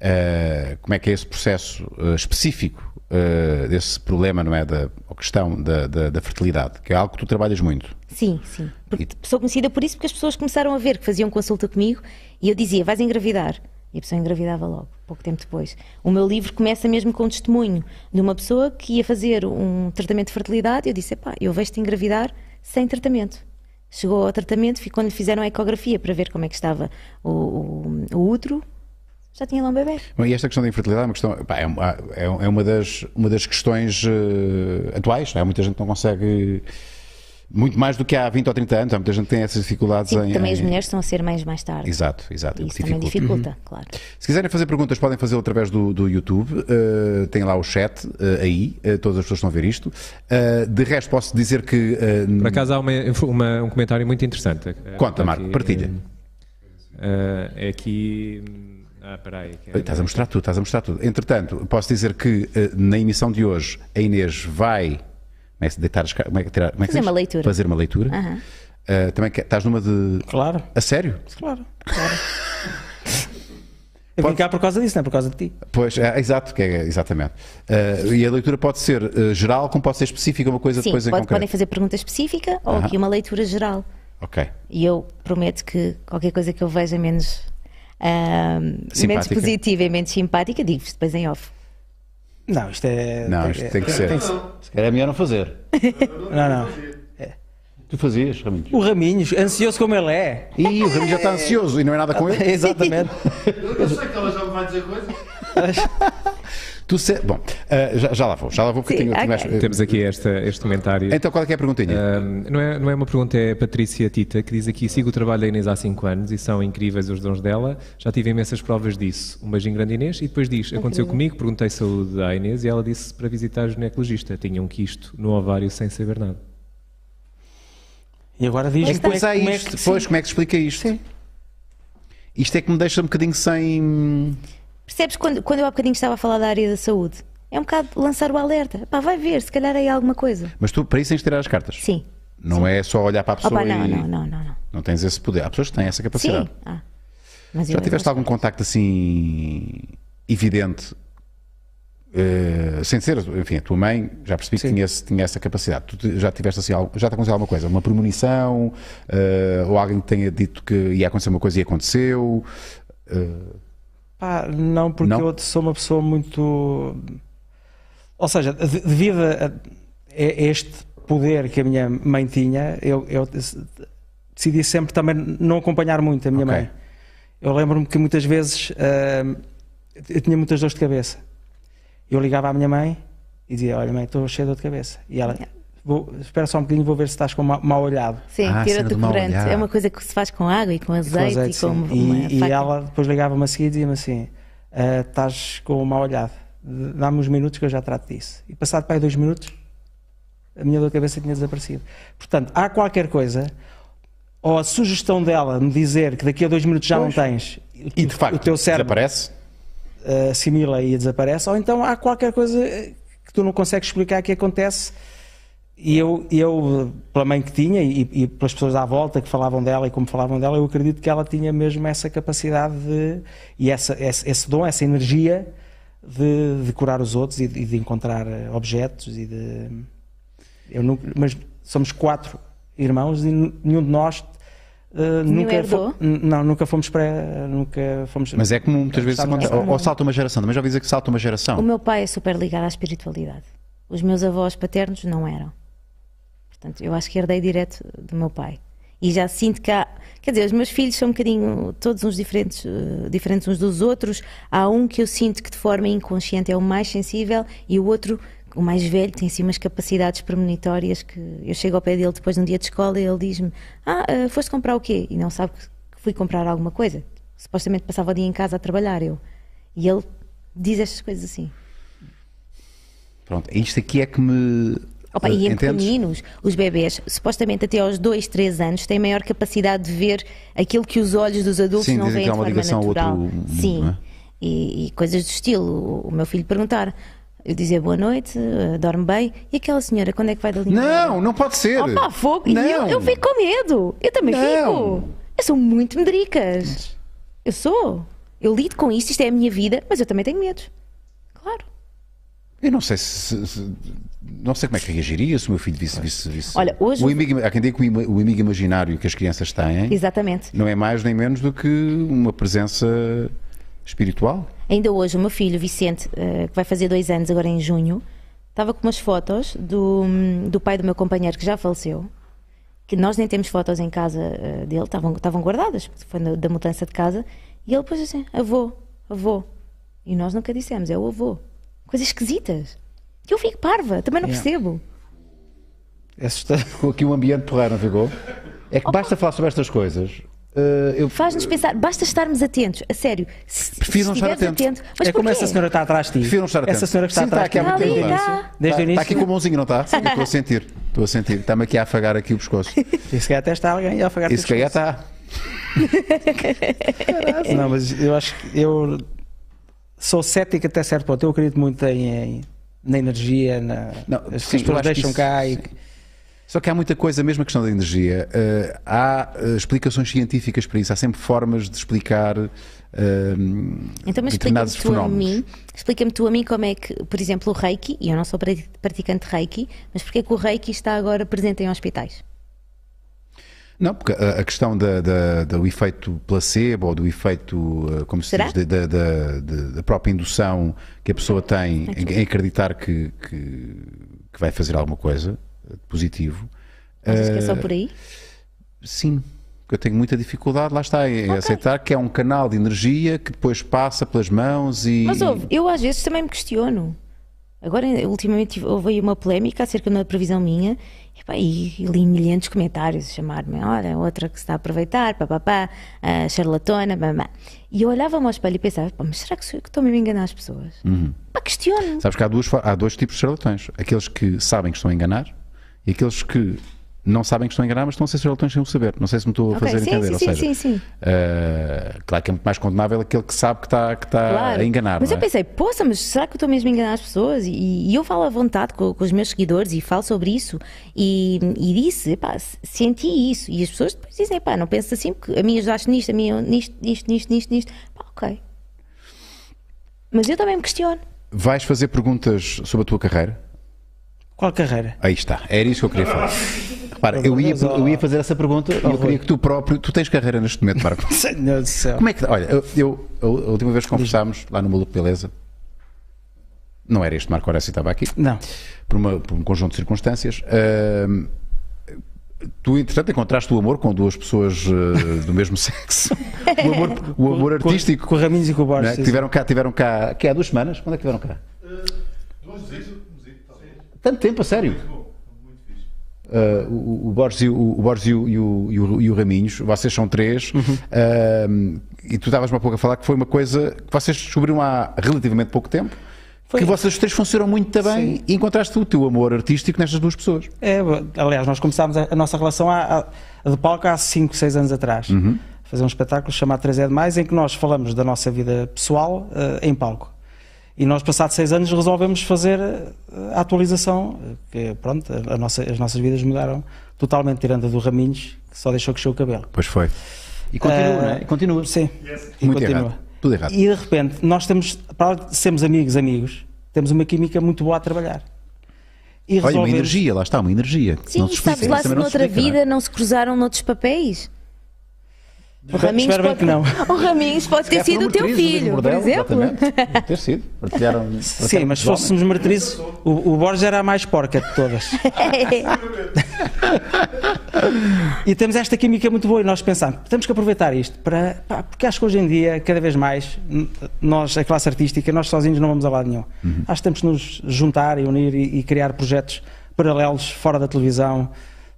Speaker 1: Eh, como é que é esse processo eh, específico eh, desse problema, não é? Da ou questão da, da- da fertilidade, que é algo que tu trabalhas muito.
Speaker 4: Sim, sim. Porque
Speaker 1: E-
Speaker 4: sou conhecida por isso porque as pessoas começaram a ver que faziam consulta comigo e eu dizia, vais engravidar. E a pessoa engravidava logo, pouco tempo depois. O meu livro começa mesmo com um testemunho de uma pessoa que ia fazer um tratamento de fertilidade e eu disse, pá, eu vejo-te engravidar sem tratamento. Chegou ao tratamento, fi- quando lhe fizeram a ecografia para ver como é que estava o, o- o útero, já tinha lá um bebê.
Speaker 1: Bom, E esta questão da infertilidade é uma, questão, pá, é uma, é um- é uma das, uma das questões eh, atuais. não é? Muita gente não consegue, muito mais do que há 20 ou 30 anos, há muita gente que tem essas dificuldades
Speaker 4: Sim,
Speaker 1: em.
Speaker 4: também
Speaker 1: em-
Speaker 4: as mulheres estão a ser mães mais tarde.
Speaker 1: é, Exato, exato.
Speaker 4: E
Speaker 1: o
Speaker 4: isso
Speaker 1: que
Speaker 4: também é
Speaker 1: dificulta. Uhum.
Speaker 4: dificulta, claro.
Speaker 1: Se quiserem fazer perguntas, podem fazê-lo através do, do YouTube. eh, tem lá o chat eh, aí, eh, todas as pessoas estão a ver isto. Eh, de resto, posso dizer que. eh,
Speaker 3: Por acaso há uma- uma- um comentário muito interessante. Eh,
Speaker 1: Conta, Marco,
Speaker 3: aqui,
Speaker 1: partilha.
Speaker 3: eh, eh, É aqui. hum, Ah, peraí. que é-
Speaker 1: Oi, Estás a mostrar tudo, estás a mostrar tudo. Entretanto, posso dizer que eh, na emissão de hoje a Inês vai como é que se deitar as ca- como é que tirar- como é que
Speaker 4: Fazer
Speaker 1: diz?
Speaker 4: uma leitura.
Speaker 1: Fazer uma leitura. Eh, também que- estás numa de.
Speaker 2: Claro,
Speaker 1: A sério?
Speaker 2: claro. claro. Eu Eu vim cá por causa disso, não é por causa de ti.
Speaker 1: Pois, é, exato, que é, exatamente. Eh, e a leitura pode ser eh, geral, como pode ser específica, uma coisa
Speaker 4: Sim,
Speaker 1: depois em
Speaker 4: pode- podem
Speaker 1: concreto.
Speaker 4: fazer pergunta específica ou
Speaker 1: Aham.
Speaker 4: aqui uma leitura geral.
Speaker 1: Ok.
Speaker 4: E eu prometo que qualquer coisa que eu veja menos, ahm, menos
Speaker 1: Simpática.
Speaker 4: positiva e menos simpática, digo-vos depois em off.
Speaker 2: Não, isto é.
Speaker 1: Não, isto tem que ser. Se calhar é melhor não fazer.
Speaker 2: Não, não.
Speaker 1: Tu fazias, Raminhos.
Speaker 2: O Raminhos, ansioso como ele é.
Speaker 1: Ih, o Raminhos já está ansioso e não é nada com ele.
Speaker 2: Exatamente.
Speaker 5: Eu, eu sei que ela já me vai dizer coisas.
Speaker 1: Tu se- Bom, eh, já, já lá vou, já lá vou porque
Speaker 4: Sim,
Speaker 1: tenho, tenho
Speaker 4: ok.
Speaker 1: mais- eh,
Speaker 3: Temos aqui esta, este comentário.
Speaker 1: Então qual é que é a perguntinha?
Speaker 3: Ahm, não, é, não é uma pergunta, é a Patrícia Tita, que diz aqui: sigo o trabalho da Inês há 5 anos e são incríveis os dons dela. Já tive imensas provas disso. Um beijinho grande, Inês. E depois diz: aconteceu comigo, perguntei saúde à Inês e ela disse para visitar o ginecologista. Tinha um quisto no ovário sem saber nada.
Speaker 2: E agora diz-me como, é,
Speaker 1: Pois há
Speaker 2: como é
Speaker 1: isto,
Speaker 2: que.
Speaker 1: pois, como é que se explica isto? Isto é que me deixa um bocadinho sem.
Speaker 4: Percebes quando, quando eu há bocadinho estava a falar da área da saúde? É um bocado lançar o alerta. Pá, vai ver, se calhar aí há alguma coisa.
Speaker 1: Mas tu, para isso, tens de tirar as cartas.
Speaker 4: Sim.
Speaker 1: Não é só olhar para a pessoa
Speaker 4: Opa,
Speaker 1: e.
Speaker 4: não, não, não, não, não.
Speaker 1: Não tens esse poder. Há pessoas que têm essa capacidade.
Speaker 4: Sim. Ah. Mas eu
Speaker 1: Já
Speaker 4: não
Speaker 1: tiveste
Speaker 4: gosto.
Speaker 1: algum contacto assim. evidente? eh, sem ser, enfim, a tua mãe já percebi que tinha, esse- tinha essa capacidade. Tu te- já tiveste assim, algo- já te aconteceu alguma coisa? Uma premonição? eh, ou alguém que tenha dito que ia acontecer uma coisa e aconteceu?
Speaker 2: Pá, não, porque
Speaker 1: Não?
Speaker 2: eu sou uma pessoa muito. Ou seja, de- devido a a este poder que a minha mãe tinha, eu, eu decidi sempre também não acompanhar muito a minha
Speaker 1: Ok.
Speaker 2: mãe. Eu lembro-me que muitas vezes ah, eu tinha muitas dores de cabeça. Eu ligava à minha mãe e dizia: Olha, mãe, estou cheio de dor de cabeça. E ela: "Vou- Espera só um bocadinho, vou ver se estás com ma- mal olhado.
Speaker 4: Sim,
Speaker 1: Ah, cena
Speaker 4: tira-te
Speaker 1: do
Speaker 4: o
Speaker 1: mau
Speaker 4: corante.
Speaker 1: olhar.
Speaker 4: É uma coisa que se faz com água e com
Speaker 2: com
Speaker 4: azeite e
Speaker 2: azeite,
Speaker 4: com
Speaker 2: sim.
Speaker 4: uma, uma
Speaker 2: e, e
Speaker 4: faca.
Speaker 2: ela depois ligava-me a seguir e dizia-me assim: "Ah, estás com o mau olhado, D- dá-me uns minutos que eu já trato disso. E passado para aí dois minutos, a minha dor de cabeça tinha desaparecido. Portanto, há qualquer coisa, ou a sugestão dela me dizer que daqui a dois minutos já não tens,
Speaker 1: E de facto,
Speaker 2: o teu cérebro
Speaker 1: desaparece?
Speaker 2: eh, assimila e desaparece, ou então há qualquer coisa eh, que tu não consegues explicar que acontece. E eu, eu eh, pela mãe que tinha e, e pelas pessoas à volta que falavam dela e como falavam dela, eu acredito que ela tinha mesmo essa capacidade de, e essa, esse, esse dom, essa energia de, de curar os outros e de, e de encontrar eh, objetos e de. Eu nunca, mas somos quatro irmãos e nu- nenhum de nós eh, nunca, fo-
Speaker 4: herdou?
Speaker 2: n- não, nunca fomos para nunca fomos
Speaker 1: Mas é comum, muitas vezes
Speaker 2: Está muito
Speaker 1: acontece. Ou,
Speaker 4: comum.
Speaker 1: ou salta uma geração, também já ouvi dizer que salta uma geração.
Speaker 4: O meu pai é super ligado à espiritualidade. Os meus avós paternos não eram. Portanto, eu acho que herdei direto do meu pai. E já sinto que há. Quer dizer, os meus filhos são um bocadinho todos uns diferentes, eh, diferentes uns dos outros. Há um que eu sinto que de forma inconsciente é o mais sensível e o outro, o mais velho, tem assim umas capacidades premonitórias que eu chego ao pé dele depois de um dia de escola e ele diz-me: Ah, eh, foste comprar o quê? E não sabe que que fui comprar alguma coisa. Supostamente passava o dia em casa a trabalhar, eu. E ele diz estas coisas assim.
Speaker 1: Pronto, isto aqui é que me. eh,
Speaker 4: Opa, e em
Speaker 1: entendes?
Speaker 4: pequeninos, os bebés, supostamente até aos 2, 3 anos, têm maior capacidade de ver aquilo que os olhos dos adultos
Speaker 1: Sim,
Speaker 4: não
Speaker 1: dizem
Speaker 4: veem
Speaker 1: que há
Speaker 4: de
Speaker 1: uma
Speaker 4: forma
Speaker 1: ligação ao outro
Speaker 4: natural.
Speaker 1: mundo,
Speaker 4: Sim,
Speaker 1: não é?
Speaker 4: e, e coisas do estilo. O, o meu filho perguntar, eu dizer boa noite, eh, dorme bem, e aquela senhora, quando é que vai dali?
Speaker 1: Não, não pode ser.
Speaker 4: Opa, fogo!
Speaker 1: Não.
Speaker 4: E eu, eu fico com medo! Eu também
Speaker 1: Não.
Speaker 4: fico! Eu sou muito medricas! Eu sou! Eu lido com isto, isto é a minha vida, mas eu também tenho medo. Claro.
Speaker 1: Eu não sei se, se- se- Não sei como é que reagiria se o meu filho visse. visse, visse.
Speaker 4: Olha, hoje-
Speaker 1: O amigo, há quem diga que o, ima- o amigo imaginário que as crianças têm
Speaker 4: Exatamente.
Speaker 1: não é mais nem menos do que uma presença espiritual.
Speaker 4: Ainda hoje, o meu filho Vicente, eh, que vai fazer dois anos agora em junho, estava com umas fotos do, do pai do meu companheiro que já faleceu. Que nós nem temos fotos em casa eh, dele, estavam estavam guardadas, porque foi na- da mudança de casa. E ele pôs assim: avô, avô. E nós nunca dissemos: é o avô. Coisas esquisitas. Que eu fico parva, também não
Speaker 2: Yeah.
Speaker 4: percebo.
Speaker 2: é assustador.
Speaker 1: Ficou aqui um ambiente porreiro, não ficou? É que basta falar sobre estas coisas. eh, eu
Speaker 4: Faz-nos pensar, basta estarmos atentos, a sério. Se,
Speaker 1: Prefiro não estar
Speaker 4: estiveres
Speaker 1: atento.
Speaker 4: mas
Speaker 2: é como
Speaker 4: porquê?
Speaker 2: essa senhora está atrás de ti.
Speaker 1: prefiro não estar atento.
Speaker 2: Essa senhora que está
Speaker 1: Sim,
Speaker 2: atrás
Speaker 1: aqui há
Speaker 2: de ti.
Speaker 1: muito tempo.
Speaker 4: Está ali,
Speaker 1: não é?
Speaker 4: está.
Speaker 2: Desde o
Speaker 1: Está- Está
Speaker 2: início.
Speaker 1: aqui com a mãozinha, não está? Eu Estou a sentir. Estou a sentir. Está-me aqui a afagar aqui o pescoço. é,
Speaker 2: E se calhar até está alguém a afagar-te.
Speaker 1: E se calhar está.
Speaker 2: Não, mas eu acho que eu sou cético até certo ponto. Eu acredito muito em, em- na energia, na,
Speaker 1: Não,
Speaker 2: as
Speaker 1: sim, eu
Speaker 2: pessoas
Speaker 1: acho que
Speaker 2: deixam
Speaker 1: isso-
Speaker 2: cá e
Speaker 1: sim. Só que há muita coisa, mesmo a questão da energia, eh, há eh, explicações científicas para isso, há sempre formas de explicar eh,
Speaker 4: Então, mas explica-me
Speaker 1: determinados
Speaker 4: tu a
Speaker 1: fenómenos.
Speaker 4: mim, explica-me tu a mim como é que, por exemplo, o Reiki, e eu não sou prati- praticante de Reiki, mas porque é que o Reiki está agora presente em hospitais?
Speaker 1: Não, porque a, a questão da, da- do efeito placebo ou do efeito, eh, como se
Speaker 4: Será?
Speaker 1: diz, da, da- da- da- da própria indução que a pessoa tem em, em acreditar que, que- que vai fazer alguma coisa eh, de positivo,
Speaker 4: Achas que é só por aí?
Speaker 1: sim. Eu tenho muita dificuldade, lá está, em aceitar que é um canal de energia que depois passa pelas mãos Eh, e.
Speaker 4: Mas ouve, eu às vezes também me questiono. Agora, ultimamente, tive- houve aí uma polémica acerca de uma previsão minha epá, e, e li milhares de comentários chamar-me, olha, outra que se está a aproveitar, papapá, a charlatona, mamá. E eu olhava-me ao espelho e pensava, "Pá, mas será que sou eu que estou mesmo a enganar as pessoas?
Speaker 1: Uhum.
Speaker 4: Pá, questiono.
Speaker 1: Sabes que há, duas, for- há dois tipos de charlatões: aqueles que sabem que estão a enganar e aqueles que não sabem que estão a enganar, mas estão a ser charlatões sem o saber. Não sei se me estou a
Speaker 4: Ok,
Speaker 1: fazer
Speaker 4: sim,
Speaker 1: entender.
Speaker 4: sim,
Speaker 1: ou
Speaker 4: sim,
Speaker 1: seja,
Speaker 4: sim, sim.
Speaker 1: eh, claro que é muito mais condenável aquele que sabe que está, que está a enganar.
Speaker 4: Mas
Speaker 1: não
Speaker 4: eu
Speaker 1: é?
Speaker 4: pensei, poça, mas será que eu estou mesmo a enganar as pessoas? E, e eu falo à vontade com, com os meus seguidores e falo sobre isso. E, e disse, pá, senti isso. E as pessoas depois dizem, pá, não penses assim, porque a mim ajudaste nisto, a mim eu nisto, nisto, nisto, nisto, nisto. Pá, ok. Mas eu também me questiono.
Speaker 1: Vais fazer perguntas sobre a tua carreira?
Speaker 2: Qual carreira?
Speaker 1: Aí está, era isso que eu queria falar. Repara, eu ia, eu ia fazer essa pergunta e eu queria que tu próprio. Tu tens carreira neste momento, Marco.
Speaker 2: Senhor do céu.
Speaker 1: Como é que. Olha, eu, eu- a última vez que conversámos lá no Maluco Beleza, não era este Marco Horácio que estava aqui.
Speaker 2: Não.
Speaker 1: por, uma- por um conjunto de circunstâncias. ahm, tu, entretanto, encontraste o amor com duas pessoas eh, do mesmo sexo. O amor, o amor
Speaker 2: Com-
Speaker 1: artístico.
Speaker 2: Com, Raminhos e com o
Speaker 1: não
Speaker 2: Borges.
Speaker 1: é?
Speaker 2: sim, sim.
Speaker 1: Tiveram cá, tiveram cá, que há duas semanas? Quando é que tiveram cá?
Speaker 5: Eh, Duas vezes, duas vezes, talvez.
Speaker 1: Tanto tempo, a sério.
Speaker 5: Bom, muito fixe.
Speaker 1: Ah, o, o- o Borges, e o, o Borges e, o, e o- e o- e o Raminhos, vocês são três,
Speaker 2: Uhum.
Speaker 1: ahm, e tu estavas-me há pouco a falar que foi uma coisa que vocês descobriram há relativamente pouco tempo,
Speaker 2: Foi.
Speaker 1: que vocês três funcionam muito bem e encontraste o teu amor artístico nestas duas pessoas.
Speaker 2: É, aliás, nós começámos a, a nossa relação há, há- de palco há 5, 6 anos atrás.
Speaker 1: Uhum.
Speaker 2: A Fazer um espetáculo chamado 3 é Demais, em que nós falamos da nossa vida pessoal eh, em palco. E nós, passados 6 anos, resolvemos fazer eh, a atualização, eh, que pronto, a- a nossa- as nossas vidas mudaram totalmente, tirando a do Raminhos, que só deixou crescer o cabelo.
Speaker 1: Pois foi. E continua,
Speaker 2: Eh,
Speaker 1: não é? E continua.
Speaker 2: Sim. E
Speaker 1: Muito errado. Tudo errado.
Speaker 2: E de repente, nós temos, para além de sermos amigos, amigos, temos uma química muito boa a trabalhar. E
Speaker 1: Olha, uma
Speaker 2: resolvemos-
Speaker 1: energia, lá está, uma energia. que
Speaker 4: Sim,
Speaker 1: não
Speaker 4: e
Speaker 1: se
Speaker 4: sabes
Speaker 1: explica,
Speaker 4: lá se
Speaker 1: também não se
Speaker 4: noutra
Speaker 1: explica, não
Speaker 4: vida
Speaker 1: é?
Speaker 4: não se cruzaram noutros papéis? O Raminhos
Speaker 2: espero bem
Speaker 4: pode...
Speaker 2: que não.
Speaker 4: O Raminhos pode ter
Speaker 1: É, foi
Speaker 4: sido o
Speaker 1: número 13
Speaker 4: teu
Speaker 1: do mesmo
Speaker 4: filho, por
Speaker 1: bordel,
Speaker 4: exemplo.
Speaker 1: exatamente. Deve ter sido. Partilharam.
Speaker 2: Sim,
Speaker 1: partilharam
Speaker 2: mas se
Speaker 1: homens.
Speaker 2: fôssemos meretrizes, o, o Borges era a mais porca de todas. e temos esta química muito boa e nós pensamos, temos que aproveitar isto para. pá, porque acho que hoje em dia, cada vez mais, n- nós, a classe artística, nós sozinhos não vamos a lado nenhum.
Speaker 1: Uhum.
Speaker 2: Acho que temos que nos juntar e unir e, e criar projetos paralelos fora da televisão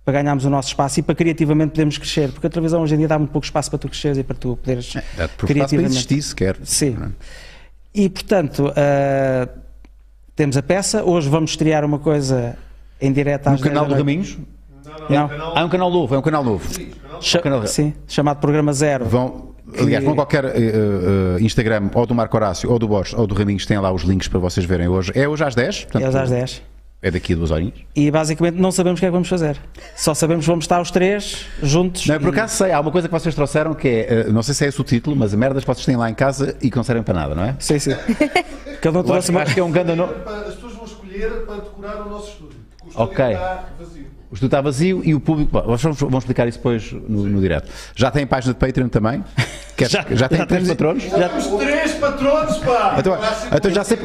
Speaker 2: para ganharmos o nosso espaço e para criativamente podermos crescer, porque a televisão hoje em dia dá muito pouco espaço para tu cresceres e para tu poderes
Speaker 1: É, Dá-te por espaço para
Speaker 2: criativamente.
Speaker 1: existir sequer. é?
Speaker 2: Sim. E portanto, ah, temos a peça. Hoje vamos estrear uma coisa em direto às
Speaker 1: No Um canal do
Speaker 2: dez da noite.
Speaker 1: Raminhos?
Speaker 2: Não.
Speaker 1: Ah, é um canal novo, é um canal novo. um
Speaker 2: Cha-
Speaker 1: canal do-
Speaker 2: Sim, chamado Programa Zero.
Speaker 1: Vão, aliás, vão qualquer eh, eh, eh, Instagram, ou do Marco Horácio, ou do Borges, ou do Raminhos, têm lá os links para vocês verem hoje. É hoje às 10? portanto,
Speaker 2: É hoje às 10.
Speaker 1: É daqui a duas horinhas.
Speaker 2: E basicamente não sabemos o que é que vamos fazer. Só sabemos que vamos estar os três juntos.
Speaker 1: Não, é eu por
Speaker 2: e-
Speaker 1: acaso sei, há uma coisa que vocês trouxeram que é, eh, não sei se é esse o título, mas a merda que vocês têm lá em casa e que não servem para nada, não é?
Speaker 2: Sim, sim. Cada um
Speaker 1: Eu
Speaker 2: trouxe
Speaker 1: acho,
Speaker 2: uma.
Speaker 1: acho que é um grande nome.
Speaker 5: Para- As pessoas vão escolher para decorar o nosso estúdio. porque O
Speaker 1: Ok.
Speaker 5: estúdio está vazio.
Speaker 1: O estudo está vazio e o público. Bom, nós vamos, vamos explicar isso depois no, no direto. Já tem página de Patreon também? Quer- já,
Speaker 2: Já-
Speaker 1: tem
Speaker 2: já
Speaker 1: três
Speaker 2: temos-
Speaker 1: patronos?
Speaker 5: Já temos três patronos, pá!
Speaker 1: Então, então já, sei,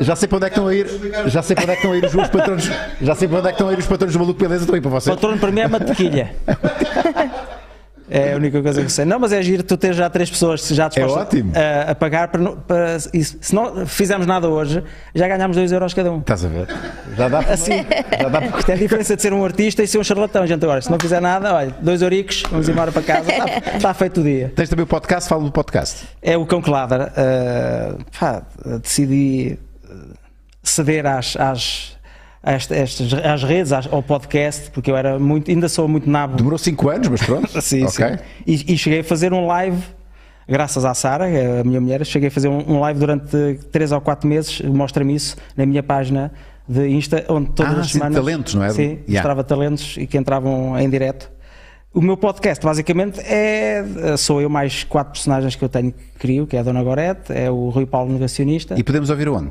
Speaker 1: já sei para onde é que estão a ir. Já sei para onde é que estão a ir os, os patronos. Já sei para onde é que estão a ir os patronos do maluco beleza também para vocês.
Speaker 2: Patrono para mim é uma tequilha. É a única coisa que eu sei. Não, mas é giro tu ter já três pessoas já dispostas
Speaker 1: É ótimo.
Speaker 2: A, a pagar para, não- para- e se se não fizermos nada hoje, já ganhámos 2 euros cada um.
Speaker 1: Estás a ver? Já dá para.
Speaker 2: Assim.
Speaker 1: Já dá para.
Speaker 2: Isto é a diferença de ser um artista e ser um charlatão, gente. Agora, se não fizer nada, olha, dois oricos, vamos embora para casa, está feito o dia.
Speaker 1: Tens também o podcast, fala do podcast.
Speaker 2: É o Cão que ladra. eh, pá, decidi eh, ceder às, às, a esta- estas- às redes, às- ao podcast, porque eu era muito, ainda sou muito nabo.
Speaker 1: Demorou 5 anos, mas pronto.
Speaker 2: Sim,
Speaker 1: Ok.
Speaker 2: sim. E, e cheguei a fazer um live, graças à Sara, que é a minha mulher, cheguei a fazer um, um live durante 3 ou 4 meses, mostra-me isso, na minha página de Insta, onde todas
Speaker 1: Ah,
Speaker 2: as
Speaker 1: sim,
Speaker 2: semanas.
Speaker 1: talentos, não é?
Speaker 2: Sim,
Speaker 1: Yeah.
Speaker 2: mostrava talentos e que entravam em direto. O meu podcast, basicamente, é. Sou eu mais quatro personagens que eu tenho que crio, que é a Dona Gorete, é o Rui Paulo Negacionista,
Speaker 1: E podemos ouvir onde?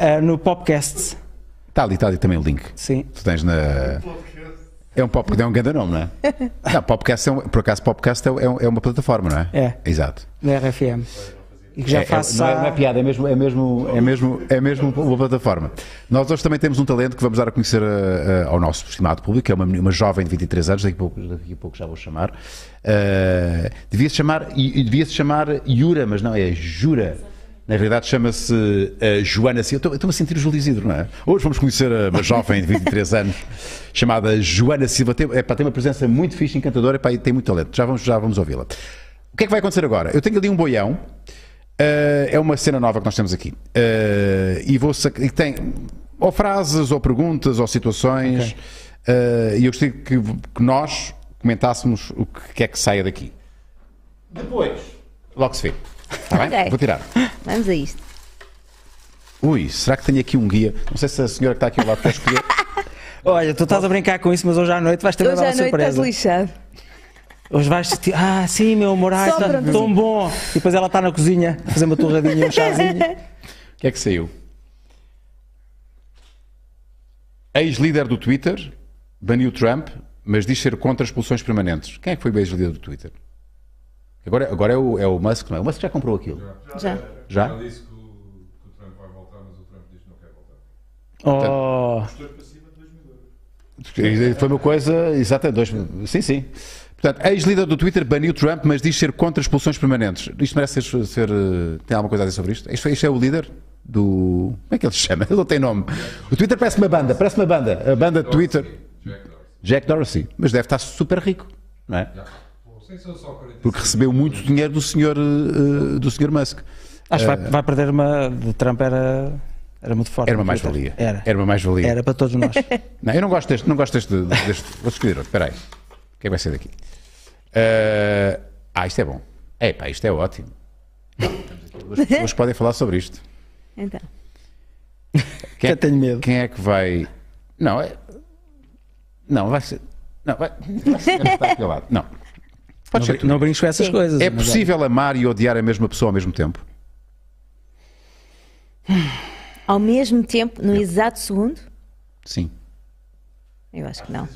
Speaker 2: eh, no podcast,
Speaker 1: Está ali, está ali também o link.
Speaker 2: sim.
Speaker 1: Tu tens na.
Speaker 5: Podcast.
Speaker 1: É um podcast, é um grande nome, não é? Não, podcast é um, por acaso, podcast é, um- é um- é uma plataforma, não é?
Speaker 2: É.
Speaker 1: Exato.
Speaker 2: da RFM. E que já
Speaker 1: É- é-
Speaker 2: faço
Speaker 1: não, é,
Speaker 2: há-
Speaker 1: não é piada, é mesmo, é, mesmo, é, mesmo, é mesmo uma plataforma. Nós hoje também temos um talento que vamos dar a conhecer eh, eh, ao nosso estimado público, que é uma, meni- uma jovem de 23 anos, daqui a pouco, daqui a pouco já vou chamar. Eh, devia-se chamar. e- e Devia-se chamar Yura, mas não, é Jura. Na realidade chama-se eh, Joana Silva. Estou- Estou-me a sentir o Júlio Isidro, não é? Hoje vamos conhecer eh, uma jovem de 23 anos chamada Joana Silva. Tem, epá, tem uma presença muito fixe, encantadora epá, e tem muito talento. Já vamos, já vamos ouvi-la. O que é que vai acontecer agora? Eu tenho ali um boião. Uh, é uma cena nova que nós temos aqui. Uh, e vou sac- e tem ou frases, ou perguntas, ou situações. Uh, e eu gostaria que, que nós comentássemos o que é que saia daqui. Depois. Logo se vê. Está bem?
Speaker 4: Ok.
Speaker 1: Vou tirar.
Speaker 4: Vamos a isto.
Speaker 1: Ui, será que tenho aqui um guia? Não sei se a senhora que está aqui ao lado quer escolher.
Speaker 2: Olha, tu estás a brincar com isso, mas hoje à noite vais ter uma
Speaker 4: Hoje à
Speaker 2: bela
Speaker 4: noite estás
Speaker 2: surpresa.
Speaker 4: lixado.
Speaker 2: Hoje vais te... Ah, sim, meu amor, ai,
Speaker 4: Só
Speaker 2: tá
Speaker 4: pronto.
Speaker 2: tão bom. E depois ela está na cozinha a fazer uma torradinha, um chazinho.
Speaker 1: O que é que saiu? Ex-líder do Twitter baniu Trump, mas diz ser contra expulsões permanentes. Quem é que foi o ex-líder do Twitter? Agora, agora é, o, é o Musk, não é? O Musk já comprou aquilo.
Speaker 4: Já.
Speaker 1: Já?
Speaker 5: Ela disse É que o, que o Trump vai voltar, mas o Trump diz que não quer voltar.
Speaker 4: Então,
Speaker 2: Oh,
Speaker 5: Dois para cima, dois mil euros.
Speaker 1: Foi uma coisa. Exatamente. dois- Sim, sim. Portanto, ex-líder do Twitter baniu Trump, mas diz ser contra expulsões permanentes. Isto merece ser. ser, eh, tem alguma coisa a dizer sobre isto? Isto, isto é o líder do. Como é que ele se chama? Ele não tem nome. O Twitter parece uma banda, parece uma banda. A banda Twitter.
Speaker 5: Jack Dorsey.
Speaker 1: Jack Dorsey, mas deve estar super rico, não é?
Speaker 5: Pô, Sem ser só 45.
Speaker 1: Porque recebeu muito dinheiro do senhor, eh, do senhor Musk.
Speaker 2: acho
Speaker 4: eh,
Speaker 2: que vai, vai perder uma. De Trump era, era muito forte.
Speaker 1: Era uma
Speaker 2: no Twitter.
Speaker 1: mais-valia.
Speaker 2: Era.
Speaker 1: Era uma mais-valia.
Speaker 2: Era para todos nós.
Speaker 1: Não, eu não gosto deste, não gosto deste, deste- vou escolher outro, espera aí. O que é que vai ser daqui? Eh, ah, isto é bom. Epá, isto é ótimo. As pessoas podem falar sobre isto.
Speaker 4: Então.
Speaker 1: Quem é,
Speaker 2: Eu tenho medo.
Speaker 1: Quem é que vai... Não, é... Não, vai ser... Não, vai, vai ser está aqui ao lado. Não. Pode ser tu.
Speaker 2: Não brinques com essas
Speaker 4: Sim.
Speaker 2: coisas.
Speaker 1: É
Speaker 2: mas
Speaker 1: possível amar e odiar a mesma pessoa ao mesmo tempo?
Speaker 4: Ao mesmo tempo, no exato segundo,
Speaker 1: Sim.
Speaker 4: eu acho que não.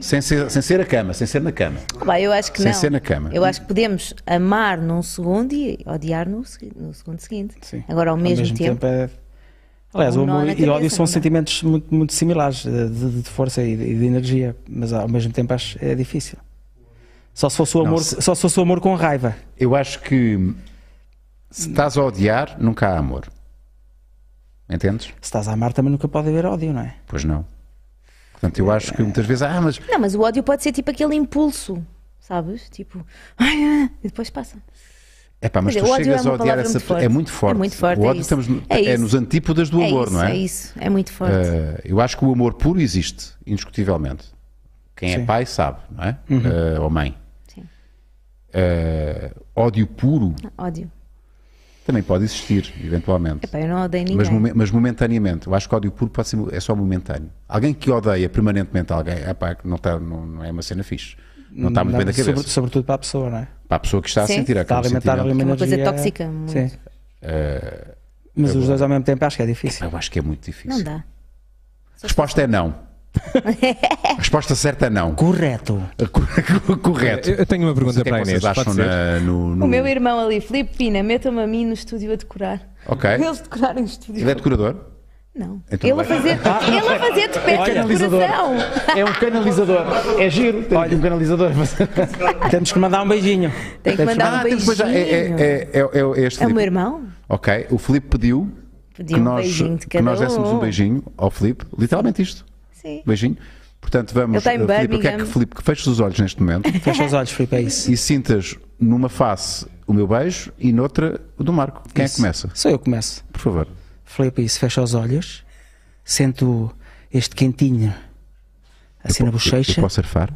Speaker 1: Sem ser, sem ser a cama, sem ser na cama.
Speaker 4: Ah, pá, eu acho que
Speaker 1: Sem
Speaker 4: não.
Speaker 1: ser na cama.
Speaker 4: Eu acho que podemos amar num segundo e odiar no, segui- no segundo seguinte.
Speaker 2: é,
Speaker 1: Sim.
Speaker 4: Agora, ao
Speaker 2: olha,
Speaker 4: mesmo, tempo,
Speaker 2: é... Aliás, o
Speaker 4: Um nó
Speaker 2: amor
Speaker 4: na
Speaker 2: e
Speaker 4: cabeça,
Speaker 2: ódio são
Speaker 4: não dá.
Speaker 2: sentimentos muito, muito similares de, de- de força e de, e de energia, mas ao mesmo tempo acho é difícil. Só se fosse o
Speaker 1: Não,
Speaker 2: amor,
Speaker 1: se-
Speaker 2: só se fosse o amor com raiva.
Speaker 1: Eu acho que se estás a odiar, nunca há amor. Entendes?
Speaker 2: Se estás a amar também nunca pode haver ódio, não é?
Speaker 1: Pois não. Portanto, eu acho que muitas vezes, ah, mas
Speaker 4: Não, mas o ódio pode ser tipo aquele impulso, sabes? Tipo, ai, ah, e depois passa.
Speaker 1: é pá, mas
Speaker 4: Quer
Speaker 1: tu
Speaker 4: dizer, o ódio
Speaker 1: chegas
Speaker 4: é
Speaker 1: a
Speaker 4: uma
Speaker 1: odiar
Speaker 4: palavra
Speaker 1: essa
Speaker 4: muito
Speaker 1: pessoa.
Speaker 4: forte.
Speaker 1: É muito forte.
Speaker 4: É muito forte,
Speaker 1: O
Speaker 4: é
Speaker 1: ódio
Speaker 4: isso.
Speaker 1: estamos no-
Speaker 4: É
Speaker 1: é
Speaker 4: isso.
Speaker 1: nos antípodas do
Speaker 4: é
Speaker 1: amor,
Speaker 4: isso,
Speaker 1: não é?
Speaker 4: É isso, é muito forte.
Speaker 1: Eh, eu acho que o amor puro existe, indiscutivelmente. Quem é pai sabe, não é?
Speaker 2: Uhum.
Speaker 1: Eh, ou mãe.
Speaker 4: Sim.
Speaker 1: Eh, ódio puro
Speaker 4: Não, ódio.
Speaker 1: também pode existir, eventualmente.
Speaker 4: Epá, eu não odeio ninguém.
Speaker 1: Mas, momen- mas momentaneamente, eu acho que ódio puro pode ser, é só momentâneo. Alguém que odeia permanentemente alguém, epá, que não, tá, não, não é uma cena fixe. Não está muito bem da cabeça.
Speaker 2: Hum,
Speaker 1: É
Speaker 2: sobre- sobretudo para a pessoa, não é?
Speaker 1: Para a pessoa que está
Speaker 4: Sim.
Speaker 1: a sentir
Speaker 2: Está a
Speaker 1: aquele
Speaker 2: alimentar
Speaker 1: sentimento.
Speaker 2: uma
Speaker 4: É uma coisa
Speaker 2: energia-
Speaker 4: tóxica, muito.
Speaker 2: Sim.
Speaker 1: É,
Speaker 2: Mas os dois ao mesmo tempo acho que é difícil.
Speaker 1: Eu acho que é muito difícil.
Speaker 4: Não dá.
Speaker 1: Resposta é não. a resposta certa é não.
Speaker 2: Correto.
Speaker 1: Correto.
Speaker 3: Eu eu tenho uma
Speaker 1: Não sei
Speaker 3: pergunta
Speaker 1: o que é
Speaker 3: para a
Speaker 1: que vocês
Speaker 3: Inês.
Speaker 1: acham
Speaker 3: Pode ser?
Speaker 1: na- no, no...
Speaker 4: O meu irmão ali, Filipe Pina, metam-me a mim no estúdio a decorar.
Speaker 1: Ok.
Speaker 4: Eles decorarem o estúdio.
Speaker 1: Ele é decorador?
Speaker 4: Não.
Speaker 1: É? Então
Speaker 4: ele, a
Speaker 1: vai.
Speaker 4: fazer, ele a fazer de pé de coração.
Speaker 1: É um canalizador. É giro. Tem um canalizador.
Speaker 2: Temos que mandar um beijinho.
Speaker 4: Tem que mandar
Speaker 1: Ah,
Speaker 4: um
Speaker 1: temos- pois
Speaker 4: beijinho.
Speaker 1: já, é, é, é, é, é este
Speaker 4: É o meu
Speaker 1: Filipe.
Speaker 4: irmão?
Speaker 1: Ok. O Filipe pediu
Speaker 4: Pediu
Speaker 1: que
Speaker 4: um
Speaker 1: nós,
Speaker 4: beijinho de
Speaker 1: que
Speaker 4: cada
Speaker 1: nós dessemos um beijinho ao Filipe. Literalmente isto.
Speaker 4: Sim.
Speaker 1: Beijinho. Portanto, vamos.
Speaker 4: Ele está em
Speaker 1: eh, Filipe, o que é que
Speaker 4: Birmingham.
Speaker 1: Filipe que feches os olhos neste momento
Speaker 2: Fecha os olhos, Filipe, é isso.
Speaker 1: e sintas numa face o meu beijo e noutra o do Marco. Quem é que
Speaker 2: Isso.
Speaker 1: começa?
Speaker 2: Sou eu que começo.
Speaker 1: Por favor.
Speaker 2: Filipe, é isso, fecha os olhos. Sento este quentinho assim
Speaker 1: Eu,
Speaker 2: na
Speaker 1: eu
Speaker 2: bochecha.
Speaker 1: posso arfar?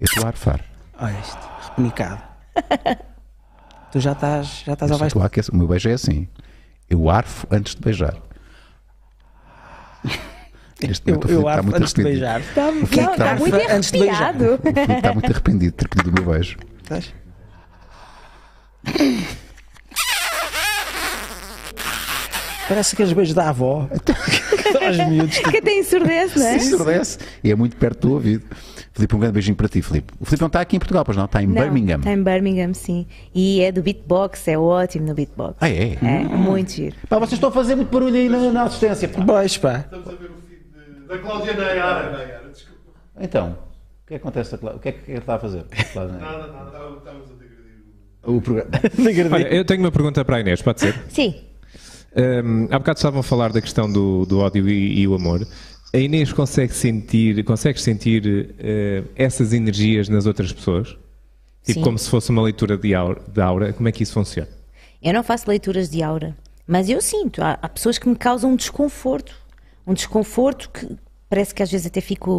Speaker 1: Eu estou a arfar.
Speaker 2: Olha isto, repenicado. tu já estás, já estás
Speaker 1: Eu só
Speaker 2: ao baixo.
Speaker 1: é estou a aquecer. O meu beijo é assim. Eu arfo antes de beijar. Neste
Speaker 2: Eu,
Speaker 1: momento o
Speaker 2: eu
Speaker 1: Filipe está
Speaker 2: arfo
Speaker 1: muito
Speaker 2: antes de
Speaker 1: arrependido.
Speaker 2: beijar.
Speaker 4: Tá
Speaker 2: Está
Speaker 1: Filipe está
Speaker 4: muito
Speaker 2: antes de beijar.
Speaker 4: arrepiado.
Speaker 1: O Filipe está muito arrependido de ter pedido o meu beijo.
Speaker 2: Estás? Parece aqueles beijos da avó.
Speaker 1: Então.
Speaker 2: Aos miúdos.
Speaker 4: Que até ensurdece, não é?
Speaker 1: Se soubesse, e é muito perto do ouvido. Filipe, um grande beijinho para ti, Filipe. O Filipe não está aqui em Portugal, pois não? Está em
Speaker 4: Não,
Speaker 1: Birmingham.
Speaker 4: Está Tá em Birmingham, sim. E é do beatbox, é ótimo no beatbox.
Speaker 1: Ah, é?
Speaker 4: É, muito giro.
Speaker 1: Pá, vocês estão a fazer muito barulho aí na, na assistência. pá.
Speaker 2: Bois, pá.
Speaker 5: Estamos a ver o feed de- da Cláudia Nayara. Nayara, desculpa.
Speaker 1: Então, o que é que acontece? a Clá- O que é que ele está a fazer? Cláudia Neira?
Speaker 5: Nada, nada. Estávamos- Estávamos Tá, a degredir o.
Speaker 1: o programa.
Speaker 3: Olha, eu tenho uma pergunta para a Inês, pode ser?
Speaker 4: Sim.
Speaker 3: Hum, há bocado estavam a falar da questão do, do ódio e, e o amor. A Inês consegue sentir, consegues sentir eh, essas energias nas outras pessoas? Tipo
Speaker 4: Sim.
Speaker 3: como se fosse uma leitura de aura, de aura. Como é que isso funciona?
Speaker 4: Eu não faço leituras de aura, mas eu sinto. Há, há pessoas que me causam um desconforto. Um desconforto que parece que às vezes até fico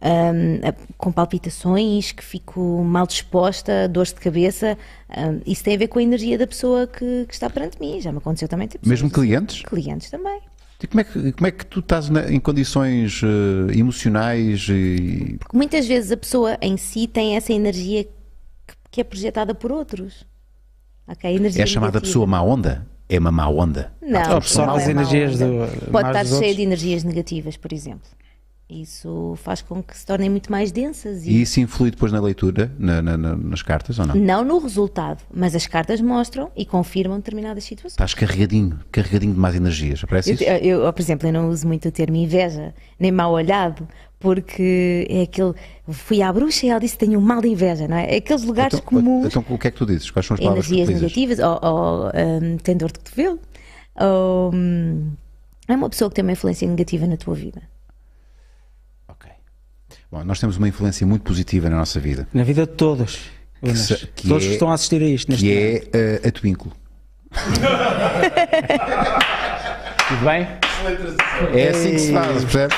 Speaker 4: hum, a- com palpitações, que fico mal disposta, dores de cabeça. Hum, isso tem a ver com a energia da pessoa que, que está perante mim. Já me aconteceu também. ter pessoas-
Speaker 1: Mesmo clientes?
Speaker 4: Clientes também.
Speaker 1: E Como é que, como é que tu estás na- em condições eh, emocionais e.
Speaker 4: Porque muitas vezes a pessoa em si tem essa energia que, que é projetada por outros. Ok? A energia
Speaker 1: É a chamada
Speaker 4: negativa.
Speaker 1: pessoa má onda? É uma má onda?
Speaker 4: Não,
Speaker 2: Ou absorve
Speaker 4: não é
Speaker 2: Oh, as
Speaker 4: mau,
Speaker 2: energias
Speaker 4: não.
Speaker 2: do-
Speaker 4: Pode
Speaker 2: mais
Speaker 4: estar
Speaker 2: dos
Speaker 4: cheia
Speaker 2: outros.
Speaker 4: de energias negativas, por exemplo. Isso faz com que se tornem muito mais densas
Speaker 1: E
Speaker 4: e
Speaker 1: isso influi depois na leitura, na- na- na- nas cartas ou não?
Speaker 4: não no resultado, mas as cartas mostram e confirmam determinadas situações.
Speaker 1: Estás carregadinho, carregadinho de más energias. Aparece
Speaker 4: Eu,
Speaker 1: isso?
Speaker 4: eu- eu, por exemplo, eu não uso muito o termo inveja, nem mal olhado, porque é aquele. Fui à bruxa e ela disse que tenho um mal de inveja, não é? Aqueles lugares
Speaker 1: Então,
Speaker 4: comuns.
Speaker 1: então, o que é que tu dizes? Quais são as palavras
Speaker 4: energias
Speaker 1: que utilizas?
Speaker 4: negativas, ou, ou hum, tem dor de cotovelo, ou hum, é uma pessoa que tem uma influência negativa na tua vida.
Speaker 1: Ok. Bom, nós temos uma influência muito positiva na nossa vida,
Speaker 2: Na vida de todos. Unas.
Speaker 1: se- que
Speaker 2: todos
Speaker 1: é-
Speaker 2: que estão a assistir a isto neste
Speaker 1: que
Speaker 2: momento.
Speaker 1: é eh, a Twinkle.
Speaker 2: Tudo bem?
Speaker 1: É assim que se faz, percebe?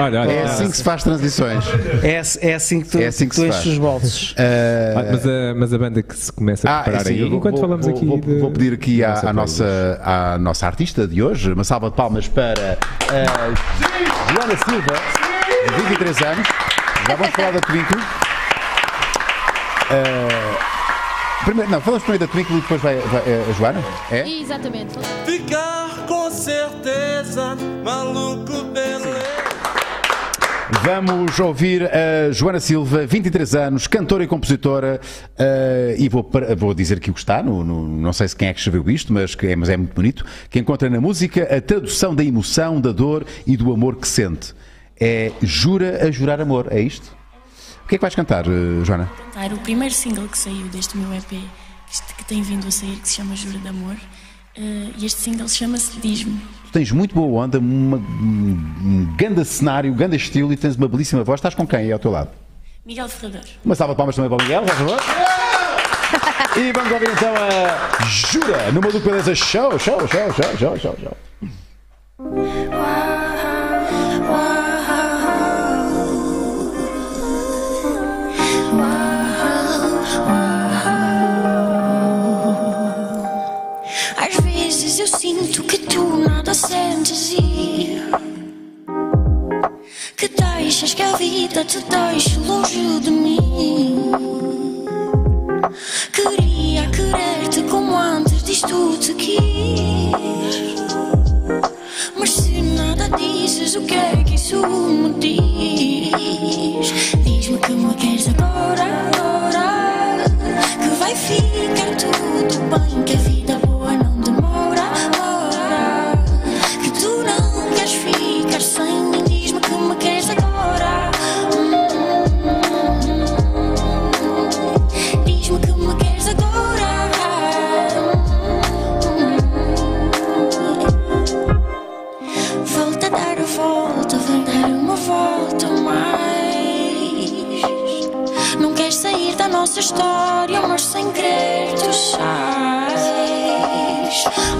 Speaker 3: Olha, olha,
Speaker 1: É
Speaker 3: ah,
Speaker 1: assim que se faz transições.
Speaker 2: É, é assim que tu,
Speaker 1: É assim que
Speaker 2: tu
Speaker 1: se
Speaker 2: enches
Speaker 1: faz.
Speaker 2: os bolsos.
Speaker 1: Eh,
Speaker 3: ah, mas, a, mas a banda que se começa a preparar
Speaker 1: é assim,
Speaker 3: aí,
Speaker 1: eu vou-
Speaker 3: Ah, enquanto
Speaker 1: vou-
Speaker 3: falamos
Speaker 1: vou-
Speaker 3: aqui.
Speaker 1: Vou,
Speaker 3: de-
Speaker 1: vou pedir aqui à, à
Speaker 3: Nossa,
Speaker 1: nossa, à nossa artista de hoje, uma salva de palmas para a Joana Silva, de 23 anos. Já vamos falar da Twinkle. Eh, primeiro, não, falamos primeiro da Twinkle e depois vai, vai, eh, a Joana. É?
Speaker 6: Exatamente.
Speaker 7: Ficar com certeza, maluco beleza.
Speaker 1: Vamos ouvir a Joana Silva, 23 anos, cantora e compositora, eh, e vou, par- vou dizer aqui o que está, no, no- não sei se quem é que escreveu isto, mas, que é, mas é muito bonito, que encontra na música a tradução da emoção, da dor e do amor que sente. É Jura a Jurar Amor, é isto? O que é que vais cantar, eh, Joana?
Speaker 8: cantar o primeiro single que saiu deste meu EP, que- que tem vindo a sair, que se chama Jura de Amor. Eh, e este single chama-se Diz-me.
Speaker 1: Tu tens muito boa onda, uma, um um grande cenário, um grande estilo e tens uma belíssima voz. Estás com quem aí ao teu lado?
Speaker 8: Miguel Ferrador.
Speaker 1: Uma salva de palmas também para o Miguel, por favor. E vamos ouvir então a Jura numa dupla beleza show, show, show, show, show, show, show.
Speaker 8: Às vezes eu sinto que tu nada sentes e que deixas que a vida te deixe longe de mim. Queria querer-te como antes disto te quis. Mas se nada dizes, o que é que isso me diz? Diz-me que me queres agora, agora. Que vai ficar tudo bem, que a vida boa não demora. ora. Que tu não queres ficar sem mim, diz-me que me queres agora. Hum. Diz-me que me queres agora. Hum. Volta a dar a volta, vem dar uma volta mais. Não queres sair da nossa história, mas sem querer tu sais.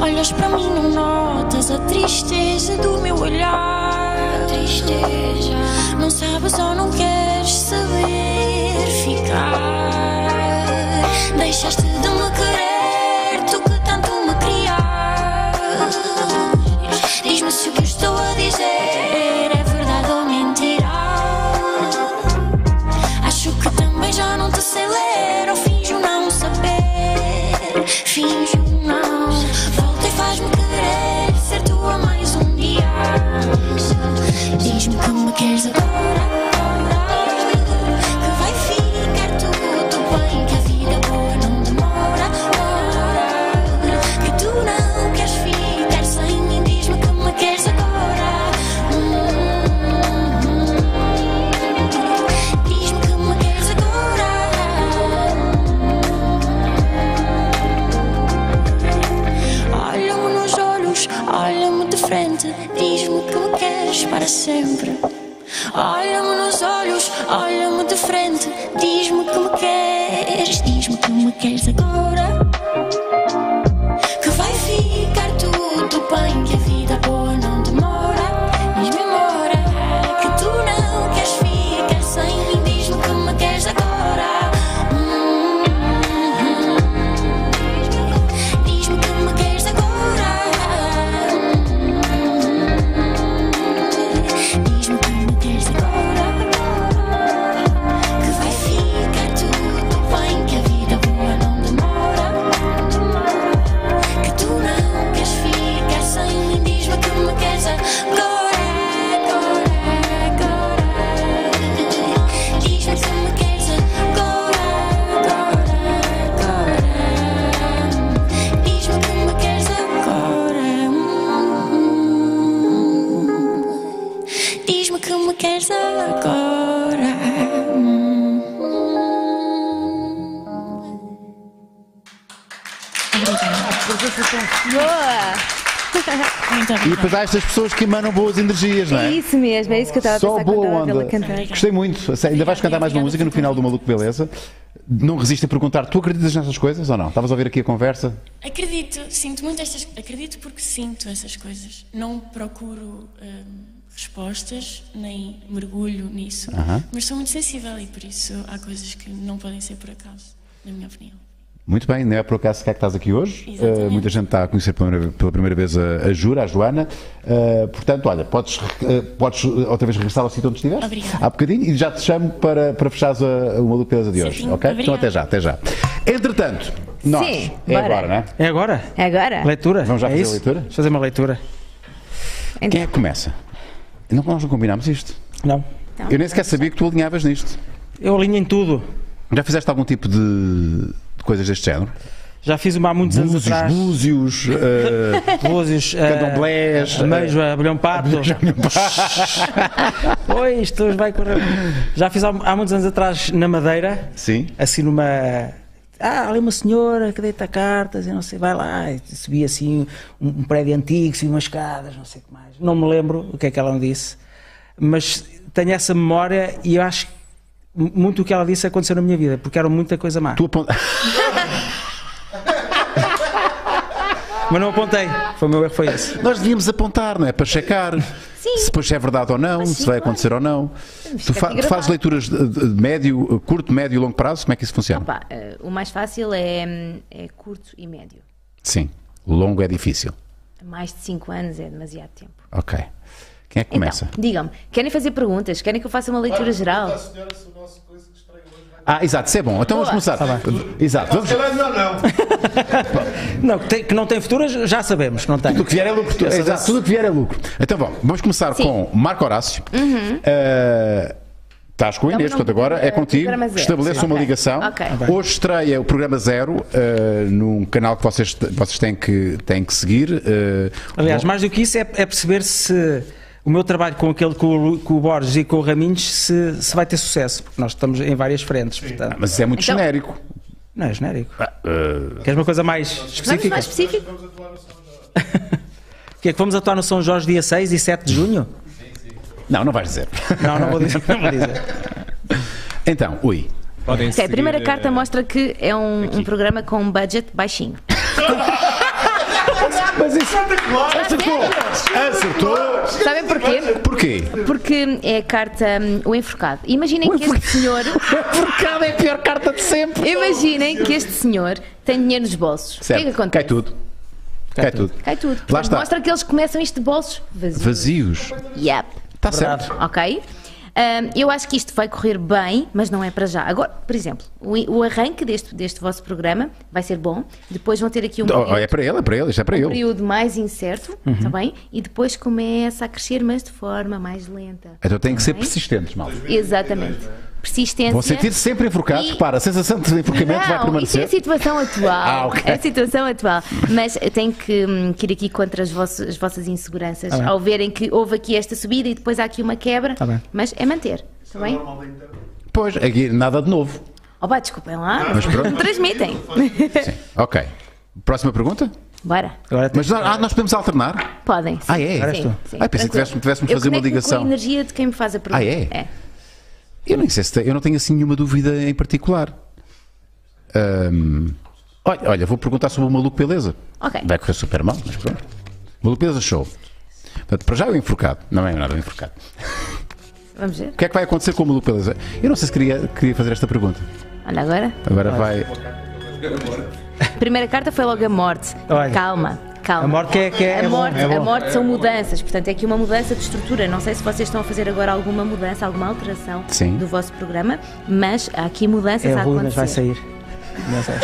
Speaker 8: Olhas para mim, não notas a tristeza do meu olhar. Tristeza. Não sabes ou não queres saber ficar. Deixaste de me querer, tu que tanto me criaste. Diz-me se o que eu estou a dizer é um Dá-me de frente, diz-me que me queres, diz-me que me queres agora. Que vai ficar tudo bem, que a vida boa não demora. Diz-me embora, que tu não queres ficar sem mim, diz-me que me queres agora. Hum, Diz-me que me queres agora. Diz-me que me queres agora. Que vai ficar tudo bem, que a vida boa não demora. Que tu não queres ficar sem mim. Diz-me que me queres agora. Agora, agora. Diz-me que me queres agora. Agora, agora. Diz-me que me queres agora. Diz-me que me queres agora.
Speaker 4: Boa!
Speaker 1: E depois há estas pessoas que emanam boas energias, não
Speaker 4: É
Speaker 1: é?
Speaker 4: isso mesmo, é isso que eu estava a
Speaker 1: Só
Speaker 4: pensar quando
Speaker 1: boa
Speaker 4: estava a vê-la
Speaker 1: onda.
Speaker 4: cantar.
Speaker 1: Gostei muito. A sério, Ainda vais cantar mais uma música no final do Maluco Beleza. Não resiste a perguntar, tu acreditas nestas coisas ou não? Estavas a ouvir aqui a conversa?
Speaker 6: Acredito, sinto muito estas Acredito porque sinto essas coisas. Não procuro hum, respostas, nem mergulho nisso. Mas sou muito sensível e por isso há coisas que não podem ser por acaso, na minha opinião.
Speaker 1: Muito bem, não é por acaso que, é que estás aqui hoje.
Speaker 6: Exatamente.
Speaker 1: Uh, muita gente está a conhecer pela primeira, pela primeira vez a, a Jura, a Joana. Uh, portanto, olha, podes, re- uh, podes uh, outra vez regressar ao sítio onde estiveste
Speaker 6: Obrigada.
Speaker 1: há bocadinho e já te chamo para, para fechares a, uma dupeza de hoje.
Speaker 6: Sim,
Speaker 1: ok? Então
Speaker 6: obrigada.
Speaker 1: até já, até já. Entretanto, nós.
Speaker 4: Sim,
Speaker 1: é
Speaker 4: bora.
Speaker 1: agora, não é?
Speaker 2: É agora?
Speaker 4: Agora?
Speaker 2: Leitura?
Speaker 1: Vamos já
Speaker 2: É
Speaker 1: fazer a
Speaker 2: isso?
Speaker 1: leitura?
Speaker 2: Vamos fazer uma leitura.
Speaker 1: Quem é que começa? Não, nós não combinámos isto.
Speaker 2: Não.
Speaker 1: Eu nem sequer sabia que tu alinhavas nisto.
Speaker 2: Eu alinho em tudo.
Speaker 1: Já fizeste algum tipo de, de coisas deste género?
Speaker 2: Já fiz uma há muitos anos
Speaker 1: Búzios,
Speaker 2: atrás.
Speaker 1: búzios, uh,
Speaker 2: Búzios,
Speaker 1: Candomblés,
Speaker 2: eh, Meijo, Abelhão Pato. Oi, isto vai correr. Já fiz há, há muitos anos atrás na Madeira,
Speaker 1: sim.
Speaker 2: assim numa. Ah, ali uma senhora que deita cartas e não sei, vai lá, e subia assim um, um prédio antigo, subia umas escadas, não sei o que mais. Não me lembro o que é que ela me disse, mas tenho essa memória e eu acho que mu- muito o que ela disse aconteceu na minha vida, porque era muita coisa má.
Speaker 1: Tu aponta...
Speaker 2: Mas não apontei, foi o meu erro, foi esse.
Speaker 1: Nós devíamos apontar, não é? Para checar se depois é verdade ou não, se vai acontecer ou não. Tu,
Speaker 4: ficar
Speaker 1: fa-
Speaker 4: aqui
Speaker 1: tu fazes
Speaker 4: gravado.
Speaker 1: leituras de, de médio, curto, médio e longo prazo? Como é que isso funciona?
Speaker 4: Pá, eh, o mais fácil é, hum, é curto e médio.
Speaker 1: Sim. Longo é difícil.
Speaker 4: Mais de 5 anos é demasiado tempo.
Speaker 1: Ok. Quem é que começa?
Speaker 4: Então, digam-me, querem fazer perguntas? Querem que eu faça uma leitura geral?
Speaker 5: A senhora, se o nosso coisa que estreia hoje vai.
Speaker 1: Ah, exato, isso é bom. Então vamos começar. Exato, vamos.
Speaker 5: Se calhar melhor não.
Speaker 2: Não, que, tem- que não tem futuras, já sabemos, que não tem.
Speaker 1: Tudo o que vier é lucro. Exato, tudo o que vier é lucro. Então bom, vamos começar com Marco Horácio. Eh, Estás com o Inês,
Speaker 4: Uhum. Então, não-
Speaker 1: portanto agora é
Speaker 4: eh,
Speaker 1: contigo.
Speaker 4: programa zero.
Speaker 1: Estabeleça
Speaker 4: Sim.
Speaker 1: uma
Speaker 4: Ok.
Speaker 1: ligação.
Speaker 4: Ok. Tá
Speaker 1: Hoje estreia o programa Zero eh, num canal que vocês, vocês têm, que, têm que seguir. eh,
Speaker 2: Aliás,
Speaker 1: bom,
Speaker 2: mais do que isso é, é perceber se o meu trabalho com aquele com o, Lu- com o Borges e com o Raminhos se, se vai ter sucesso, porque nós estamos em várias frentes, portanto.
Speaker 1: mas isso é muito
Speaker 4: Então-
Speaker 1: genérico.
Speaker 2: Não, é genérico.
Speaker 6: Ah, eh,
Speaker 2: Queres uma coisa mais
Speaker 4: Vamos
Speaker 2: específica?
Speaker 4: mais específico?
Speaker 2: Que é que vamos atuar no São Jorge dia 6 e 7 de junho?
Speaker 1: Não, não vais dizer.
Speaker 2: Não, não vou dizer. Não vou dizer.
Speaker 1: Então, ui.
Speaker 3: Podem
Speaker 4: Ok, a primeira
Speaker 3: seguir, eh,
Speaker 4: carta mostra que é um, um programa com um budget baixinho.
Speaker 1: Mas isso. Acertou!
Speaker 5: É,
Speaker 1: Acertou!
Speaker 4: Sabem porquê?
Speaker 1: Porquê?
Speaker 4: Porque é a carta hum, O Enforcado. Imaginem que este senhor.
Speaker 1: Porcada é a pior carta de sempre!
Speaker 4: Imaginem que este senhor tem dinheiro nos bolsos.
Speaker 1: Certo.
Speaker 4: O que é que
Speaker 1: Cai
Speaker 4: acontece?
Speaker 1: tudo. Cai, tudo.
Speaker 4: Cai tudo.
Speaker 1: Lá
Speaker 4: Portanto,
Speaker 1: está.
Speaker 4: mostra que eles começam isto de bolsos vazios.
Speaker 1: Vazios.
Speaker 4: Yep.
Speaker 1: Está certo.
Speaker 4: ok? Ahm, eu acho que isto vai correr bem, mas não é para já. Agora, por exemplo, o, o arranque deste, deste vosso programa vai ser bom. Depois vão ter aqui
Speaker 6: Então,
Speaker 4: um
Speaker 1: Oh, oh, é Uhum.
Speaker 4: período,
Speaker 1: para ele, é para ele, isto é para ele.
Speaker 4: período mais incerto, está bem? E depois começa a crescer, mas de forma mais lenta.
Speaker 1: Então tem que ser
Speaker 4: Bem?
Speaker 1: persistentes, mal.
Speaker 4: Exatamente. Persistência.
Speaker 1: Vão sentir sempre enforcados,
Speaker 4: É E-
Speaker 1: repara, a sensação de enforcamento vai
Speaker 4: Não, isso é a
Speaker 1: permanecer.
Speaker 4: situação atual.
Speaker 1: Ah, ok.
Speaker 4: É a situação atual. Mas eu tenho que, hum, que ir aqui contra as vossas, as vossas inseguranças
Speaker 1: Tá
Speaker 2: bem.
Speaker 4: ao verem que houve aqui esta subida e depois há aqui uma quebra.
Speaker 2: bem.
Speaker 4: Mas é manter. Está bem?
Speaker 1: Pois, aqui nada de novo.
Speaker 4: Oh, pá, desculpem lá.
Speaker 1: Mas pronto.
Speaker 4: Não transmitem.
Speaker 1: Ok. Próxima pergunta?
Speaker 4: Bora.
Speaker 2: Agora tem-
Speaker 1: Mas nós, ah, nós podemos alternar?
Speaker 4: Podem. sim.
Speaker 1: Ah, é?
Speaker 4: Sim,
Speaker 1: Ah, pensei que tivéssemos, tivéssemos
Speaker 4: Eu
Speaker 1: fazer uma Ah,
Speaker 4: conecto-me com
Speaker 1: ligação.
Speaker 4: a energia de quem me faz a pergunta.
Speaker 1: Ah, é? Eu nem sei se te- eu não tenho assim nenhuma dúvida em particular. Ahm, olha, olha, vou perguntar sobre o Maluco Beleza.
Speaker 6: Ok.
Speaker 1: Vai correr super mal, mas pronto. Maluco Beleza Show. Portanto, para já é o enforcado. Não é nada o enforcado.
Speaker 6: Vamos ver.
Speaker 1: O que é que vai acontecer com o Maluco Beleza? Eu não sei se queria, queria fazer esta pergunta.
Speaker 6: Olha agora.
Speaker 1: Agora vai.
Speaker 6: Primeira carta foi logo a morte.
Speaker 2: Olha.
Speaker 6: Calma, calma.
Speaker 2: A morte é- que é-
Speaker 6: a
Speaker 2: é bom,
Speaker 6: morte,
Speaker 2: é bom.
Speaker 6: a morte são mudanças, portanto é aqui uma mudança de estrutura. Não sei se vocês estão a fazer agora alguma mudança, alguma alteração
Speaker 1: Sim.
Speaker 6: do vosso programa, mas há aqui mudanças
Speaker 2: É
Speaker 6: a
Speaker 2: ruim,
Speaker 6: acontecer.
Speaker 2: mas vai sair. Não sei.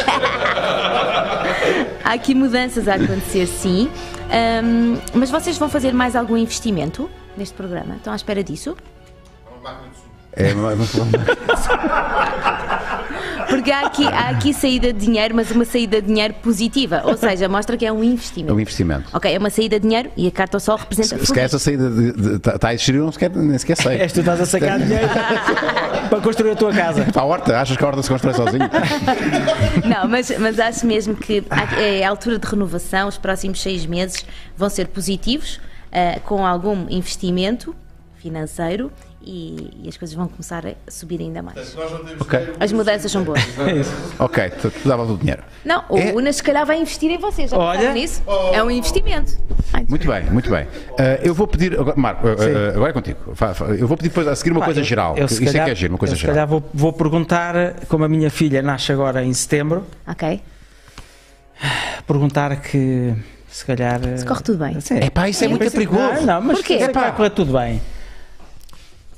Speaker 6: Há aqui mudanças a acontecer, sim. Ahm, mas vocês vão fazer mais algum investimento neste programa? Estão à espera disso?
Speaker 1: É, vamos falar-
Speaker 6: Porque há aqui, há aqui saída de dinheiro, mas uma saída de dinheiro positiva. Ou seja, mostra que é um
Speaker 1: é
Speaker 6: investimento.
Speaker 1: um investimento.
Speaker 6: Ok, é uma saída de dinheiro e a carta ao sol representa.
Speaker 1: Se calhar essa saída está a existir, eu não sequer, nem sequer sei.
Speaker 2: És tu estás a sacar dinheiro para construir a tua casa.
Speaker 1: Para a Tá horta, achas que a horta se constrói sozinha?
Speaker 6: Não, mas, mas acho mesmo que há- é a altura de renovação, os próximos seis meses vão ser positivos, ah, com algum investimento financeiro e, e as coisas vão começar a subir ainda mais.
Speaker 1: ok,
Speaker 6: As mudanças são boas.
Speaker 1: ok, tu, tu dava o dinheiro.
Speaker 6: Não, o
Speaker 1: É-
Speaker 6: Unas se calhar vai investir em vocês, já
Speaker 2: Olha.
Speaker 6: pensaram nisso? É um investimento. Ai,
Speaker 1: Muito bem, muito bem. Ah, eu vou pedir. agora- Marco, ah, ah, agora é contigo. Fa- fa- Eu vou pedir depois a seguir uma
Speaker 2: Pá,
Speaker 1: coisa
Speaker 2: eu-
Speaker 1: geral.
Speaker 2: eu
Speaker 1: que
Speaker 2: se
Speaker 1: Isso é
Speaker 2: calhar-
Speaker 1: que é giro, uma coisa
Speaker 2: eu se
Speaker 1: geral.
Speaker 2: calhar vou, vou perguntar, como a minha filha nasce agora em setembro,
Speaker 6: Ok,
Speaker 2: perguntar que se calhar. eh,
Speaker 6: corre tudo bem.
Speaker 2: sim.
Speaker 1: É pá, isso é muito
Speaker 2: Pensei-
Speaker 1: perigoso.
Speaker 2: Não, não, mas
Speaker 6: Porquê?
Speaker 2: sei que vai
Speaker 1: Epá.
Speaker 2: correr tudo bem.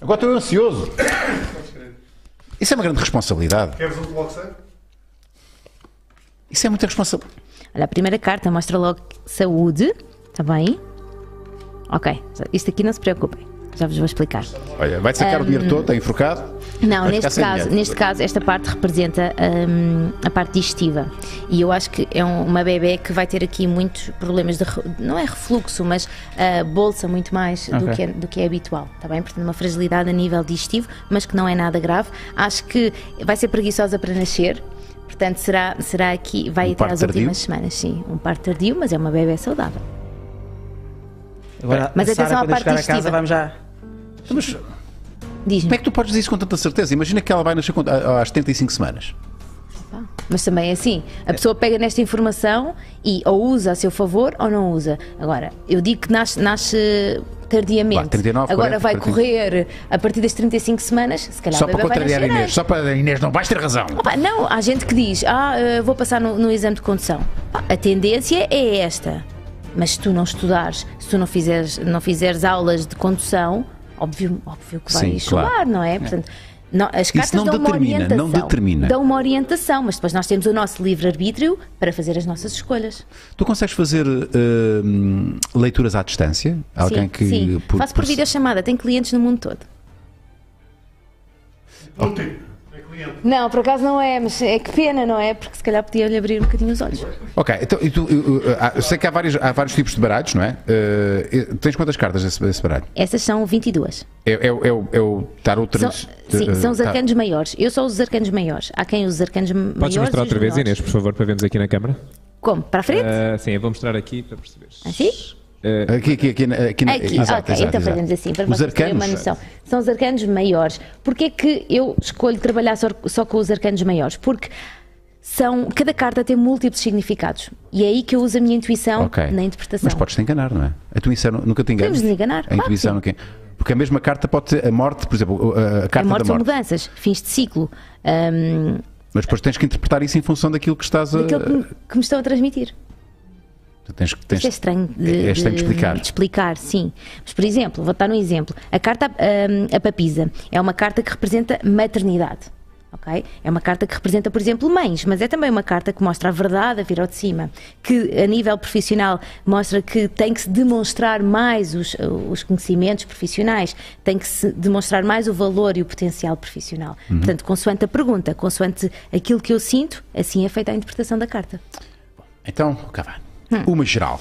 Speaker 1: Agora estou ansioso. Isso é uma grande responsabilidade.
Speaker 5: Queres outro bloco sem?
Speaker 1: Isso é muita responsabilidade.
Speaker 6: Olha, a primeira carta mostra logo saúde, está bem? Ok, isto aqui não se preocupem, já vos vou explicar.
Speaker 1: Olha, vai sacar o dinheiro todo, está enforcado.
Speaker 6: Não,
Speaker 1: vai ficar
Speaker 6: neste
Speaker 1: sem
Speaker 6: caso,
Speaker 1: dinheiro.
Speaker 6: neste caso, esta parte representa hum, a parte digestiva. E eu acho que é um- uma bebê que vai ter aqui muitos problemas de. re- Não é refluxo, mas ah, bolsa muito mais do,
Speaker 2: Ok.
Speaker 6: que é, do que é habitual, está bem? Portanto, uma fragilidade a nível digestivo, mas que não é nada grave. Acho que vai ser preguiçosa para nascer. Portanto, será, será aqui, vai
Speaker 1: Um
Speaker 6: até
Speaker 1: parto
Speaker 6: às últimas
Speaker 1: tardio?
Speaker 6: semanas, sim. Um parto tardio, mas é uma bebê saudável.
Speaker 2: Agora,
Speaker 6: Mas
Speaker 2: a Sara,
Speaker 6: atenção à
Speaker 2: quando eu
Speaker 6: parte
Speaker 2: chegar a
Speaker 6: digestiva.
Speaker 2: casa, vamos já.
Speaker 1: Mas como
Speaker 6: Diz-me.
Speaker 1: é que tu podes dizer isso com tanta certeza? Imagina que ela vai nascer com- a- às 75 semanas.
Speaker 6: Pá, Mas também é assim, a pessoa pega nesta informação e ou usa a seu favor ou não usa. Agora, eu digo que nasce, nasce tardiamente.
Speaker 1: Vá, 39,
Speaker 6: Agora
Speaker 1: 40,
Speaker 6: vai
Speaker 1: 45.
Speaker 6: correr a partir das 35 semanas, se calhar
Speaker 1: Só
Speaker 6: o
Speaker 1: para
Speaker 6: bebê vai
Speaker 1: contrariar a
Speaker 6: nascer
Speaker 1: Inês.
Speaker 6: antes.
Speaker 1: Só para a Inês, não vais ter razão.
Speaker 6: Opa, não, há gente que diz, ah, eh, vou passar no, no exame de condução. Pá, A tendência é esta. Mas se tu não estudares, se tu não fizeres, não fizeres aulas de condução, óbvio, óbvio que vais
Speaker 1: Sim,
Speaker 6: chuvar,
Speaker 1: claro.
Speaker 6: não é? Portanto, não- as cartas
Speaker 1: não
Speaker 6: dão
Speaker 1: determina,
Speaker 6: uma orientação.
Speaker 1: não determina.
Speaker 6: Dão uma orientação, mas depois nós temos o nosso livre-arbítrio para fazer as nossas escolhas.
Speaker 1: Tu consegues fazer hum, leituras à distância? Alguém
Speaker 6: sim,
Speaker 1: que
Speaker 6: sim.
Speaker 1: por-
Speaker 6: Faço por videochamada, tenho clientes no mundo todo. Não, por acaso não é, mas é que pena, não é? Porque se calhar podia-lhe abrir um bocadinho os olhos.
Speaker 1: Ok, então e tu, eu, eu- ah, eu sei que há vários, há vários tipos de baralhos, não é? Eh, eh, tens quantas cartas desse, desse baralho?
Speaker 6: Essas são 22.
Speaker 1: É, é, é, o- é o tarot
Speaker 6: São,
Speaker 1: trans,
Speaker 6: sim,
Speaker 1: eh,
Speaker 6: são os
Speaker 1: tar-
Speaker 6: arcanos maiores. Eu só uso os arcanos maiores. Há quem use os arcanos maiores.
Speaker 3: tá. Podes mostrar
Speaker 6: e os
Speaker 3: outra vez,
Speaker 6: menores.
Speaker 3: Inês, por favor, para vermos aqui na câmara?
Speaker 6: Como? Para a frente?
Speaker 3: Ah, sim, eu vou mostrar aqui para perceberes.
Speaker 6: Assim?
Speaker 3: Ah,
Speaker 1: eh, Aqui, aqui, aqui, na-
Speaker 3: Eh,
Speaker 1: aqui, na-
Speaker 6: Aqui, ok, então fazemos assim, para
Speaker 1: os
Speaker 6: vocês terem uma
Speaker 1: arcanos.
Speaker 6: noção. São os arcanos maiores. Porquê é que eu escolho trabalhar só, só com os arcanos maiores? Porque são, cada carta tem múltiplos significados. E é aí que eu uso a minha intuição
Speaker 1: Ok.
Speaker 6: na interpretação.
Speaker 1: Mas podes te enganar, não é? A intuição nunca te enganas.
Speaker 6: Podemos nos enganar,
Speaker 1: A
Speaker 6: claro
Speaker 1: intuição
Speaker 6: que
Speaker 1: nunca. Porque a mesma carta pode ter a morte, por exemplo, a a
Speaker 6: a
Speaker 4: É
Speaker 1: carta
Speaker 6: morte
Speaker 1: da
Speaker 6: são
Speaker 1: morte.
Speaker 6: mudanças, fins de ciclo. hum,
Speaker 1: Mas depois tens que interpretar isso em função daquilo que estás a.
Speaker 6: daquilo que me,
Speaker 1: Eh,
Speaker 6: que me estão a transmitir.
Speaker 1: Tens, que- tens...
Speaker 6: Isto é estranho de,
Speaker 1: é estranho de explicar.
Speaker 6: de explicar, sim. Mas, por exemplo, vou dar um exemplo. A carta hum, a papisa é uma carta que representa maternidade. ok? É uma carta que representa, por exemplo, mães, mas é também uma carta que mostra a verdade a vir ao de cima, que a nível profissional mostra que tem que se demonstrar mais os, os conhecimentos profissionais, tem que se demonstrar mais o valor e o potencial profissional.
Speaker 1: Uhum.
Speaker 6: Portanto, consoante a pergunta, consoante aquilo que eu sinto, assim é feita a interpretação da carta.
Speaker 1: Então, cá vai.
Speaker 6: Hum.
Speaker 1: Uma geral.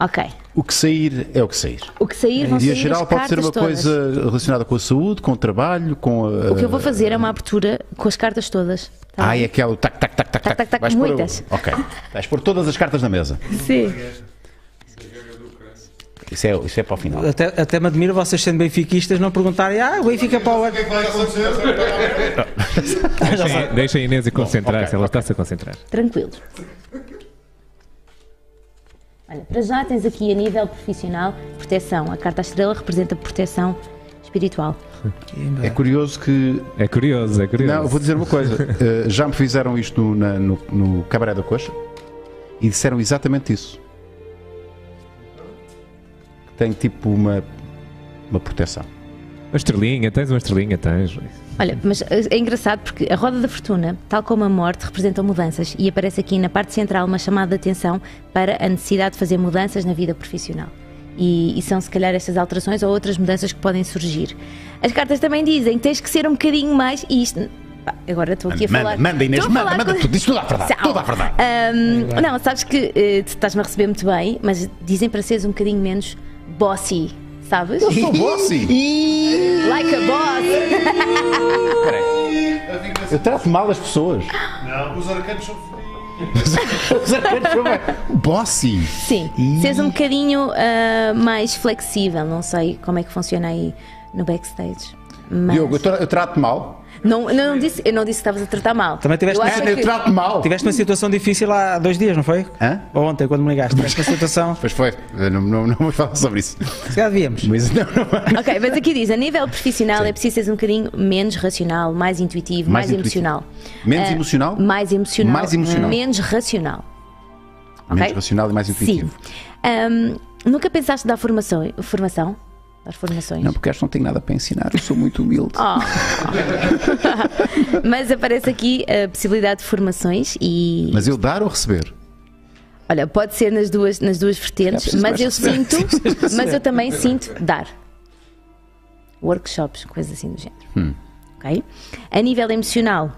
Speaker 6: Ok.
Speaker 1: O que sair é o que sair.
Speaker 6: O que sair vão
Speaker 1: E
Speaker 6: sair
Speaker 1: a geral
Speaker 6: as
Speaker 1: pode ser
Speaker 6: cartas
Speaker 1: uma
Speaker 6: todas.
Speaker 1: coisa relacionada com a saúde, com o trabalho, com a.
Speaker 6: O que eu vou fazer é uma abertura com as cartas todas. tá
Speaker 1: Ah,
Speaker 6: bem?
Speaker 1: é aquela tac, tac, tac, tac,
Speaker 6: Tac, tac, tac,
Speaker 1: Vais pôr o-
Speaker 6: muitas.
Speaker 1: Ok. Vais pôr todas as cartas na mesa.
Speaker 6: Sim.
Speaker 1: Isso é, isso é para o final.
Speaker 2: Até, até me admiro vocês sendo benfiquistas não perguntarem, ah, o Benfica para o ano.
Speaker 3: Deixem, deixem a Inês a
Speaker 1: ok,
Speaker 3: concentrar-se, ela
Speaker 1: ok.
Speaker 3: está-se a concentrar.
Speaker 4: Tranquilo. Olha, para já tens aqui a nível profissional proteção. A carta à estrela representa proteção espiritual.
Speaker 1: É curioso que.
Speaker 3: É curioso, é curioso.
Speaker 1: Não, vou dizer uma coisa. Eh, já me fizeram isto no, na- no, no Cabaré da Coxa e disseram exatamente isso. Que Tem tipo uma, uma proteção.
Speaker 3: Uma estrelinha, tens uma estrelinha, tens.
Speaker 4: Olha, mas eh, é engraçado porque a roda da fortuna, tal como a morte, representam mudanças e aparece aqui na parte central uma chamada de atenção para a necessidade de fazer mudanças na vida profissional. E, e são se calhar estas alterações ou outras mudanças que podem surgir. As cartas também dizem que tens que ser um bocadinho mais e isto. pá, Agora estou aqui a
Speaker 1: Manda,
Speaker 4: falar.
Speaker 1: manda, Inês,
Speaker 4: Estou a
Speaker 1: manda,
Speaker 4: falar
Speaker 1: manda
Speaker 4: com-
Speaker 1: tudo, diz tudo à verdade,
Speaker 4: Sal. Ah,
Speaker 1: tudo à verdade.
Speaker 4: Ahm, não, sabes que eh, tu estás-me a receber muito bem, mas dizem para seres um bocadinho menos bossy, sabes?
Speaker 1: Eu sou bossy!
Speaker 4: Like a boss!
Speaker 1: Eu trato mal as pessoas.
Speaker 5: Os arcanos são felizes.
Speaker 1: bossy!
Speaker 4: Sim, seres um bocadinho ah, mais flexível, não sei como é que funciona aí no backstage. Mas
Speaker 1: Diogo, eu, tra- eu trato mal.
Speaker 4: não, não, não disse, eu não disse que estavas a tratar mal.
Speaker 2: Também tiveste
Speaker 4: eu
Speaker 2: uma-
Speaker 4: acho
Speaker 1: Ana,
Speaker 4: que-
Speaker 1: eu trato mal.
Speaker 2: Tiveste uma situação difícil há dois dias, não foi?
Speaker 1: Hã?
Speaker 2: Ou ontem, quando me ligaste. Tiveste uma situação.
Speaker 1: Pois foi, eu não, não, não vou falar sobre isso.
Speaker 2: Se calhar devíamos.
Speaker 1: Mas não, não.
Speaker 4: Ok, mas aqui diz, a nível profissional é preciso seres um bocadinho menos racional, mais intuitivo, mais,
Speaker 1: Mais intuitivo.
Speaker 4: emocional.
Speaker 1: Menos
Speaker 4: Ah,
Speaker 1: emocional?
Speaker 4: Mais emocional.
Speaker 1: Mais emocional.
Speaker 4: Menos racional.
Speaker 1: Menos
Speaker 4: Ok?
Speaker 1: racional e mais
Speaker 4: Sim.
Speaker 1: intuitivo.
Speaker 4: Ahm, nunca pensaste dar formação? formação? Dar formações?
Speaker 1: Não, porque acho que não tenho nada para ensinar, eu sou muito humilde.
Speaker 4: Oh. Mas aparece aqui a possibilidade de formações e
Speaker 1: Mas eu dar ou receber?
Speaker 4: olha, pode ser nas duas, nas duas vertentes,
Speaker 1: preciso
Speaker 4: mas
Speaker 1: mais
Speaker 4: eu
Speaker 1: receber.
Speaker 4: sinto, mas eu também sinto dar workshops, coisas assim do género.
Speaker 1: Hum.
Speaker 4: Ok? A nível emocional,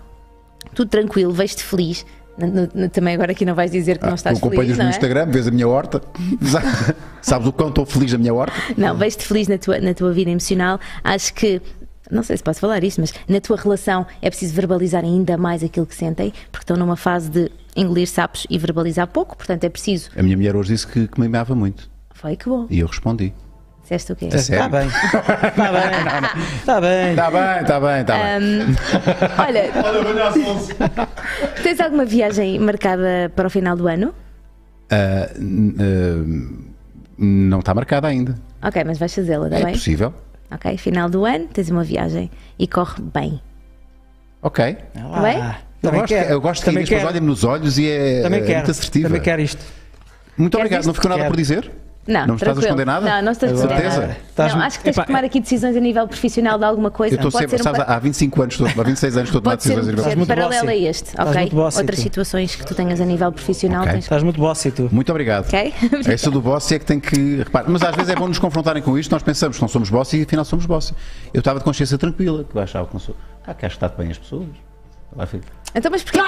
Speaker 4: tudo tranquilo, vejo-te feliz. N- n- n- também agora aqui não vais dizer que não estás
Speaker 1: tu acompanhas
Speaker 4: feliz. Não,
Speaker 1: no
Speaker 4: é?
Speaker 1: Instagram, vês a minha horta, Sa- sabes o quão estou feliz da minha horta?
Speaker 4: não vejo-te feliz na tua, na tua vida emocional. Acho que. Não sei se posso falar isto, mas na tua relação é preciso verbalizar ainda mais aquilo que sentem, porque estão numa fase de engolir sapos e verbalizar pouco, portanto é preciso.
Speaker 1: A minha mulher hoje disse que, que me amava muito
Speaker 4: Foi que bom.
Speaker 1: e eu respondi.
Speaker 4: Disseste o quê?
Speaker 2: Está
Speaker 1: sério?
Speaker 2: "Tá
Speaker 1: Tá.
Speaker 2: bem. Está bem. Está bem.
Speaker 1: Está bem, está bem, está bem.
Speaker 4: Olha,
Speaker 5: Olha, olha, Afonso.
Speaker 4: tens alguma viagem marcada para o final do ano?
Speaker 1: Ah, n- ah, não está marcada ainda.
Speaker 4: Ok, mas vais fazê-la, está
Speaker 1: é
Speaker 4: Tá bem?
Speaker 1: possível.
Speaker 4: Ok, final do ano tens uma viagem e corre bem.
Speaker 1: Ok.
Speaker 4: Está bem?
Speaker 1: Eu
Speaker 2: Também
Speaker 1: gosto, que-
Speaker 2: quero.
Speaker 1: eu gosto que a
Speaker 2: Também
Speaker 1: Inês depois
Speaker 2: quero.
Speaker 1: olha-me nos olhos e é, é
Speaker 2: Também
Speaker 1: muito
Speaker 2: quero.
Speaker 1: assertiva.
Speaker 2: Também quero isto.
Speaker 1: Muito
Speaker 4: Queres
Speaker 1: obrigado.
Speaker 4: isto?
Speaker 1: Não ficou nada
Speaker 2: Quero.
Speaker 1: por dizer?
Speaker 4: Não,
Speaker 1: me estás a
Speaker 4: tranquilo.
Speaker 1: responder nada?
Speaker 4: Não, não estás a responder
Speaker 1: Certeza?
Speaker 4: nada.
Speaker 2: Estás-
Speaker 4: Não, acho que tens
Speaker 3: Epá,
Speaker 4: de tomar aqui decisões a nível profissional de alguma coisa.
Speaker 1: Eu estou
Speaker 4: Pode
Speaker 1: sempre,
Speaker 4: ser um
Speaker 1: sabes,
Speaker 4: pa-
Speaker 1: há 25 anos, estou- há 26 anos estou a tomar
Speaker 4: Pode ser
Speaker 1: decisões.
Speaker 4: um
Speaker 1: irmãos.
Speaker 2: Estás
Speaker 4: projeto
Speaker 2: muito
Speaker 4: paralelo a
Speaker 2: bossy.
Speaker 4: este,
Speaker 2: Estás
Speaker 4: ok?
Speaker 2: muito bossy,
Speaker 4: Outras
Speaker 2: tu.
Speaker 4: situações que tu tenhas a nível profissional
Speaker 1: Ok.
Speaker 4: tens
Speaker 2: Estás muito bossy tu.
Speaker 1: Muito obrigado.
Speaker 4: Ok?
Speaker 1: Essa do boss é que tem que. Repara, mas às vezes é bom nos confrontarem com isto. Nós pensamos que não somos boss e afinal somos boss. Eu estava de consciência tranquila, que eu achava que não sou. Ah, que acho que está bem as pessoas. Lá fica.
Speaker 4: Então, mas porquê?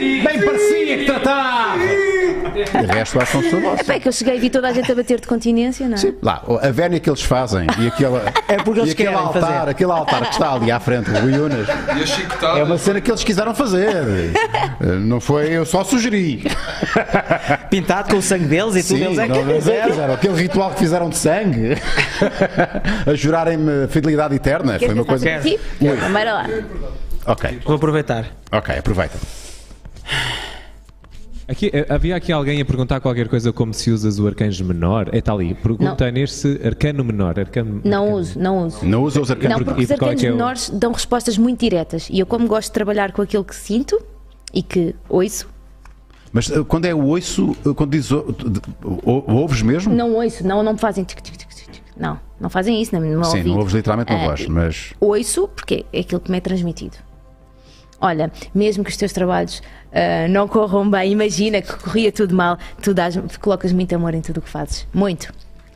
Speaker 1: Bem parecia que tratava! E o resto acho que não sou boss.
Speaker 4: Epá, É que eu cheguei e vi toda a gente a bater de continência, não é?
Speaker 1: Sim, lá, a vénia que eles fazem e aquela.
Speaker 2: É porque eles
Speaker 1: e aquele
Speaker 2: querem
Speaker 1: altar,
Speaker 2: fazer.
Speaker 1: aquele altar que está ali à frente, o Iunas.
Speaker 5: E a tá- chicotada.
Speaker 1: É uma cena que eles quiseram fazer. Eh, Não foi, eu só sugeri.
Speaker 2: Pintado com o sangue deles e tudo.
Speaker 1: Sim,
Speaker 2: Eles é
Speaker 1: não,
Speaker 2: que
Speaker 1: eles é que
Speaker 2: fizeram.
Speaker 1: fizeram. Aquele ritual que fizeram de sangue a jurarem-me fidelidade eterna. Foi uma coisa.
Speaker 4: Queres pensar sobre ti? Então, bora lá.
Speaker 1: Ok,
Speaker 2: Vou aproveitar.
Speaker 1: ok, aproveita.
Speaker 3: Aqui, eh, havia aqui alguém a perguntar qualquer coisa como se usas o arcanjo menor? É tal aí. Pergunta a Inês se arcano menor. Arcano,
Speaker 4: Não
Speaker 3: arcano-
Speaker 4: uso, não uso.
Speaker 1: Não usa os
Speaker 4: Não,
Speaker 1: arcanos.
Speaker 4: porque
Speaker 3: e
Speaker 4: os
Speaker 3: qual é
Speaker 4: arcanos
Speaker 3: que é o-
Speaker 4: menores dão respostas muito diretas. E eu, como gosto de trabalhar com aquilo que sinto e que ouço,
Speaker 1: Mas uh, quando é o oiço, uh, quando diz. o- de- o- Ouves mesmo?
Speaker 4: não ouço, não, não me fazem. tic, tic, tic, tic, tic. Não, não fazem isso na minha
Speaker 1: Sim, não ouves literalmente
Speaker 4: É.
Speaker 1: uma voz, mas.
Speaker 4: ouço porque é aquilo que me é transmitido. Olha, mesmo que os teus trabalhos ah, não corram bem, imagina que corria tudo mal, tu dás, colocas muito amor em tudo o que fazes. Muito.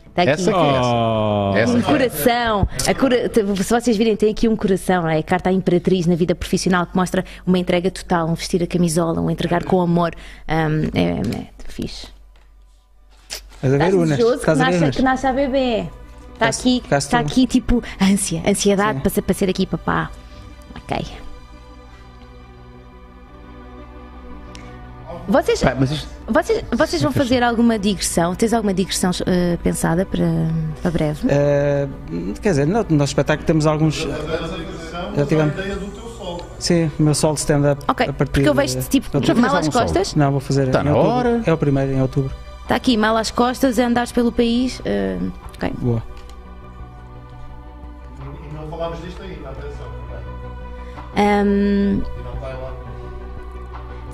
Speaker 4: Está aqui
Speaker 1: Essa aqui é essa.
Speaker 3: Oh,
Speaker 1: Essa
Speaker 4: um
Speaker 1: aqui.
Speaker 4: coração. A cura- te- se vocês virem, tem aqui um coração, não é? a carta à imperatriz na vida profissional que mostra uma entrega total, um vestir a camisola, um entregar com amor. Ahm, é, é, é fixe.
Speaker 2: Estás a ver,
Speaker 4: Estás
Speaker 2: Unas?
Speaker 4: desejoso que
Speaker 2: né? Estás a ver,
Speaker 4: nasce,
Speaker 2: Unas?
Speaker 4: que nasce a bebê. Está
Speaker 2: Estás-
Speaker 4: aqui,
Speaker 2: estás
Speaker 4: está
Speaker 2: tu-
Speaker 4: aqui tipo a ânsia, a ansiedade para ser, para ser aqui papá. Ok. Vocês,
Speaker 1: Pá, mas isto-
Speaker 4: vocês, vocês vão fazer alguma digressão? Tens alguma digressão eh, pensada para, para breve?
Speaker 2: Eh, quer dizer, no no nosso espetáculo temos alguns. Já tivemos. Sim, o meu solo de stand-up.
Speaker 4: Ok,
Speaker 2: a partir
Speaker 4: porque eu
Speaker 2: de-
Speaker 4: vejo-te tipo
Speaker 2: de outubro.
Speaker 4: mal às
Speaker 1: algum solo?
Speaker 4: costas.
Speaker 2: Não, vou fazer.
Speaker 1: Tá
Speaker 2: em
Speaker 1: na
Speaker 2: outubro.
Speaker 1: hora.
Speaker 2: É o primeiro, em outubro.
Speaker 4: Está aqui, mal às costas, a andares pelo país. eh, ok.
Speaker 2: Boa.
Speaker 4: Ahm,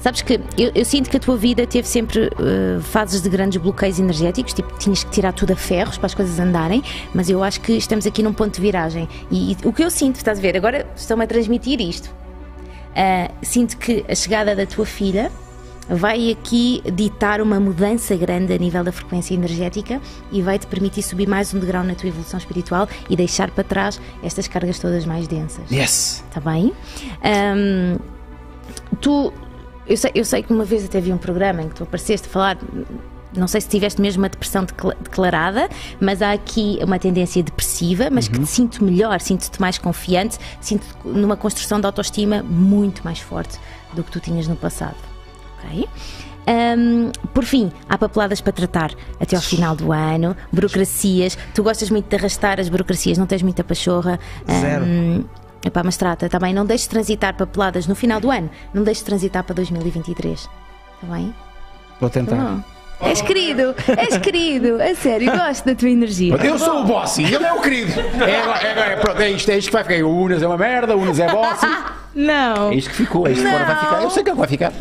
Speaker 4: sabes que eu, eu sinto que a tua vida teve sempre eh, fases de grandes bloqueios energéticos, tipo, tinhas que tirar tudo a ferros para as coisas andarem, mas eu acho que estamos aqui num ponto de viragem. E, e o que eu sinto, estás a ver, agora estão-me a transmitir isto. Ah, sinto que a chegada da tua filha vai aqui ditar uma mudança grande a nível da frequência energética e vai te permitir subir mais um degrau na tua evolução espiritual e deixar para trás estas cargas todas mais densas.
Speaker 2: Yes!
Speaker 4: Está bem? Ahm, tu, eu sei, eu sei que uma vez até vi um programa em que tu apareceste a falar. Não sei se tiveste mesmo uma depressão decla- declarada, mas há aqui uma tendência depressiva, mas que te sinto melhor, sinto-te mais confiante, sinto-te numa construção de autoestima muito mais forte do que tu tinhas no passado. Ok? Ahm, por fim, há papeladas para tratar até ao final do ano, burocracias. Tu gostas muito de arrastar as burocracias, não tens muita pachorra.
Speaker 2: Zero.
Speaker 4: Ahm, epá, mas trata, tá bem? Não deixes transitar papeladas no final do ano, não deixes transitar para 2023. Está Tá bem?
Speaker 2: Vou tentar.
Speaker 4: Bom. És querido, és querido, a sério, gosto da tua energia.
Speaker 1: Eu sou o bossy, ele é o querido. É, agora- é, agora- é, pronto, é isto, é isto que vai ficar. O Unas é uma merda, o Unas é bossy.
Speaker 4: Não,
Speaker 1: É isto que ficou, é isto que agora vai ficar. Eu sei que ele vai ficar.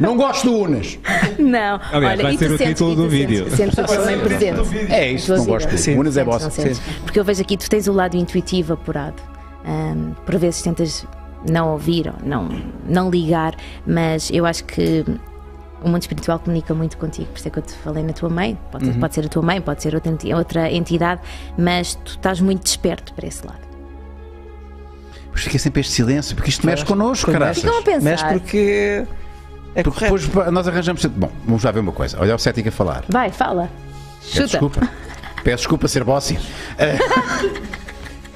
Speaker 1: Não gosto do Unas.
Speaker 4: não.
Speaker 3: Aliás, vai ser o título do vídeo.
Speaker 4: Sentes, sentes, sentes, sentes, presente.
Speaker 1: É isto, não gosto do
Speaker 2: Sim.
Speaker 1: Unas. é
Speaker 4: Sentes, não
Speaker 1: bossy.
Speaker 4: sentes? Porque eu vejo aqui, tu tens o lado intuitivo apurado. Ahm, por vezes tentas não ouvir ou não, não ligar, mas eu acho que o mundo espiritual comunica muito contigo. Por isso é que eu te falei na tua mãe. Pode, pode ser a tua mãe, pode ser outra enti- outra entidade, mas tu estás muito desperto para esse lado.
Speaker 1: Mas fica sempre este silêncio, porque isto mexe connosco, caralho.
Speaker 4: Ficam a pensar.
Speaker 2: Mas porque. É
Speaker 1: Porque
Speaker 2: correto.
Speaker 1: depois pá, nós arranjamos. sempre- Bom, vamos lá ver uma coisa. Olha o cético a falar.
Speaker 4: Vai, fala.
Speaker 1: Peço
Speaker 4: Chuta.
Speaker 1: desculpa. Peço desculpa ser bossy. Eh,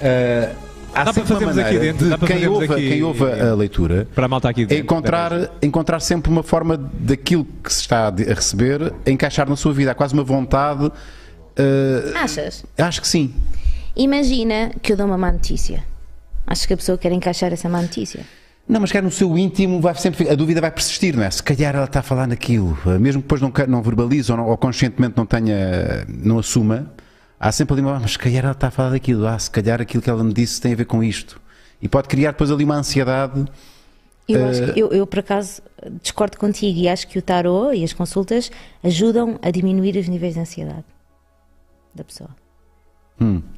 Speaker 1: eh, há
Speaker 3: Dá para
Speaker 1: sempre uma
Speaker 3: fazermos aqui
Speaker 1: maneira
Speaker 3: dentro,
Speaker 1: de
Speaker 3: dá para
Speaker 1: quem
Speaker 3: fazermos
Speaker 1: ouve,
Speaker 3: aqui-
Speaker 1: quem ouve a leitura
Speaker 3: Para a malta aqui dentro.
Speaker 1: encontrar, encontrar sempre uma forma daquilo que se está a de- a receber encaixar na sua vida. Há quase uma vontade. eh,
Speaker 4: Achas?
Speaker 1: acho que sim.
Speaker 4: Imagina que eu dou uma má notícia. Achas que a pessoa quer encaixar essa má notícia?
Speaker 1: Não, mas quer no seu íntimo vai sempre ficar- a dúvida vai persistir, não é? Se calhar ela está a falar naquilo, eh, mesmo que depois não, queira- não verbalize ou, não- ou conscientemente não tenha, eh, não assuma, há sempre ali uma, "Ah, mas se calhar ela está a falar daquilo, ah, se calhar aquilo que ela me disse tem a ver com isto. E pode criar depois ali uma ansiedade.
Speaker 4: Eu, acho que- eu, eu, por acaso, discordo contigo e acho que o tarô e as consultas ajudam a diminuir os níveis de ansiedade da pessoa.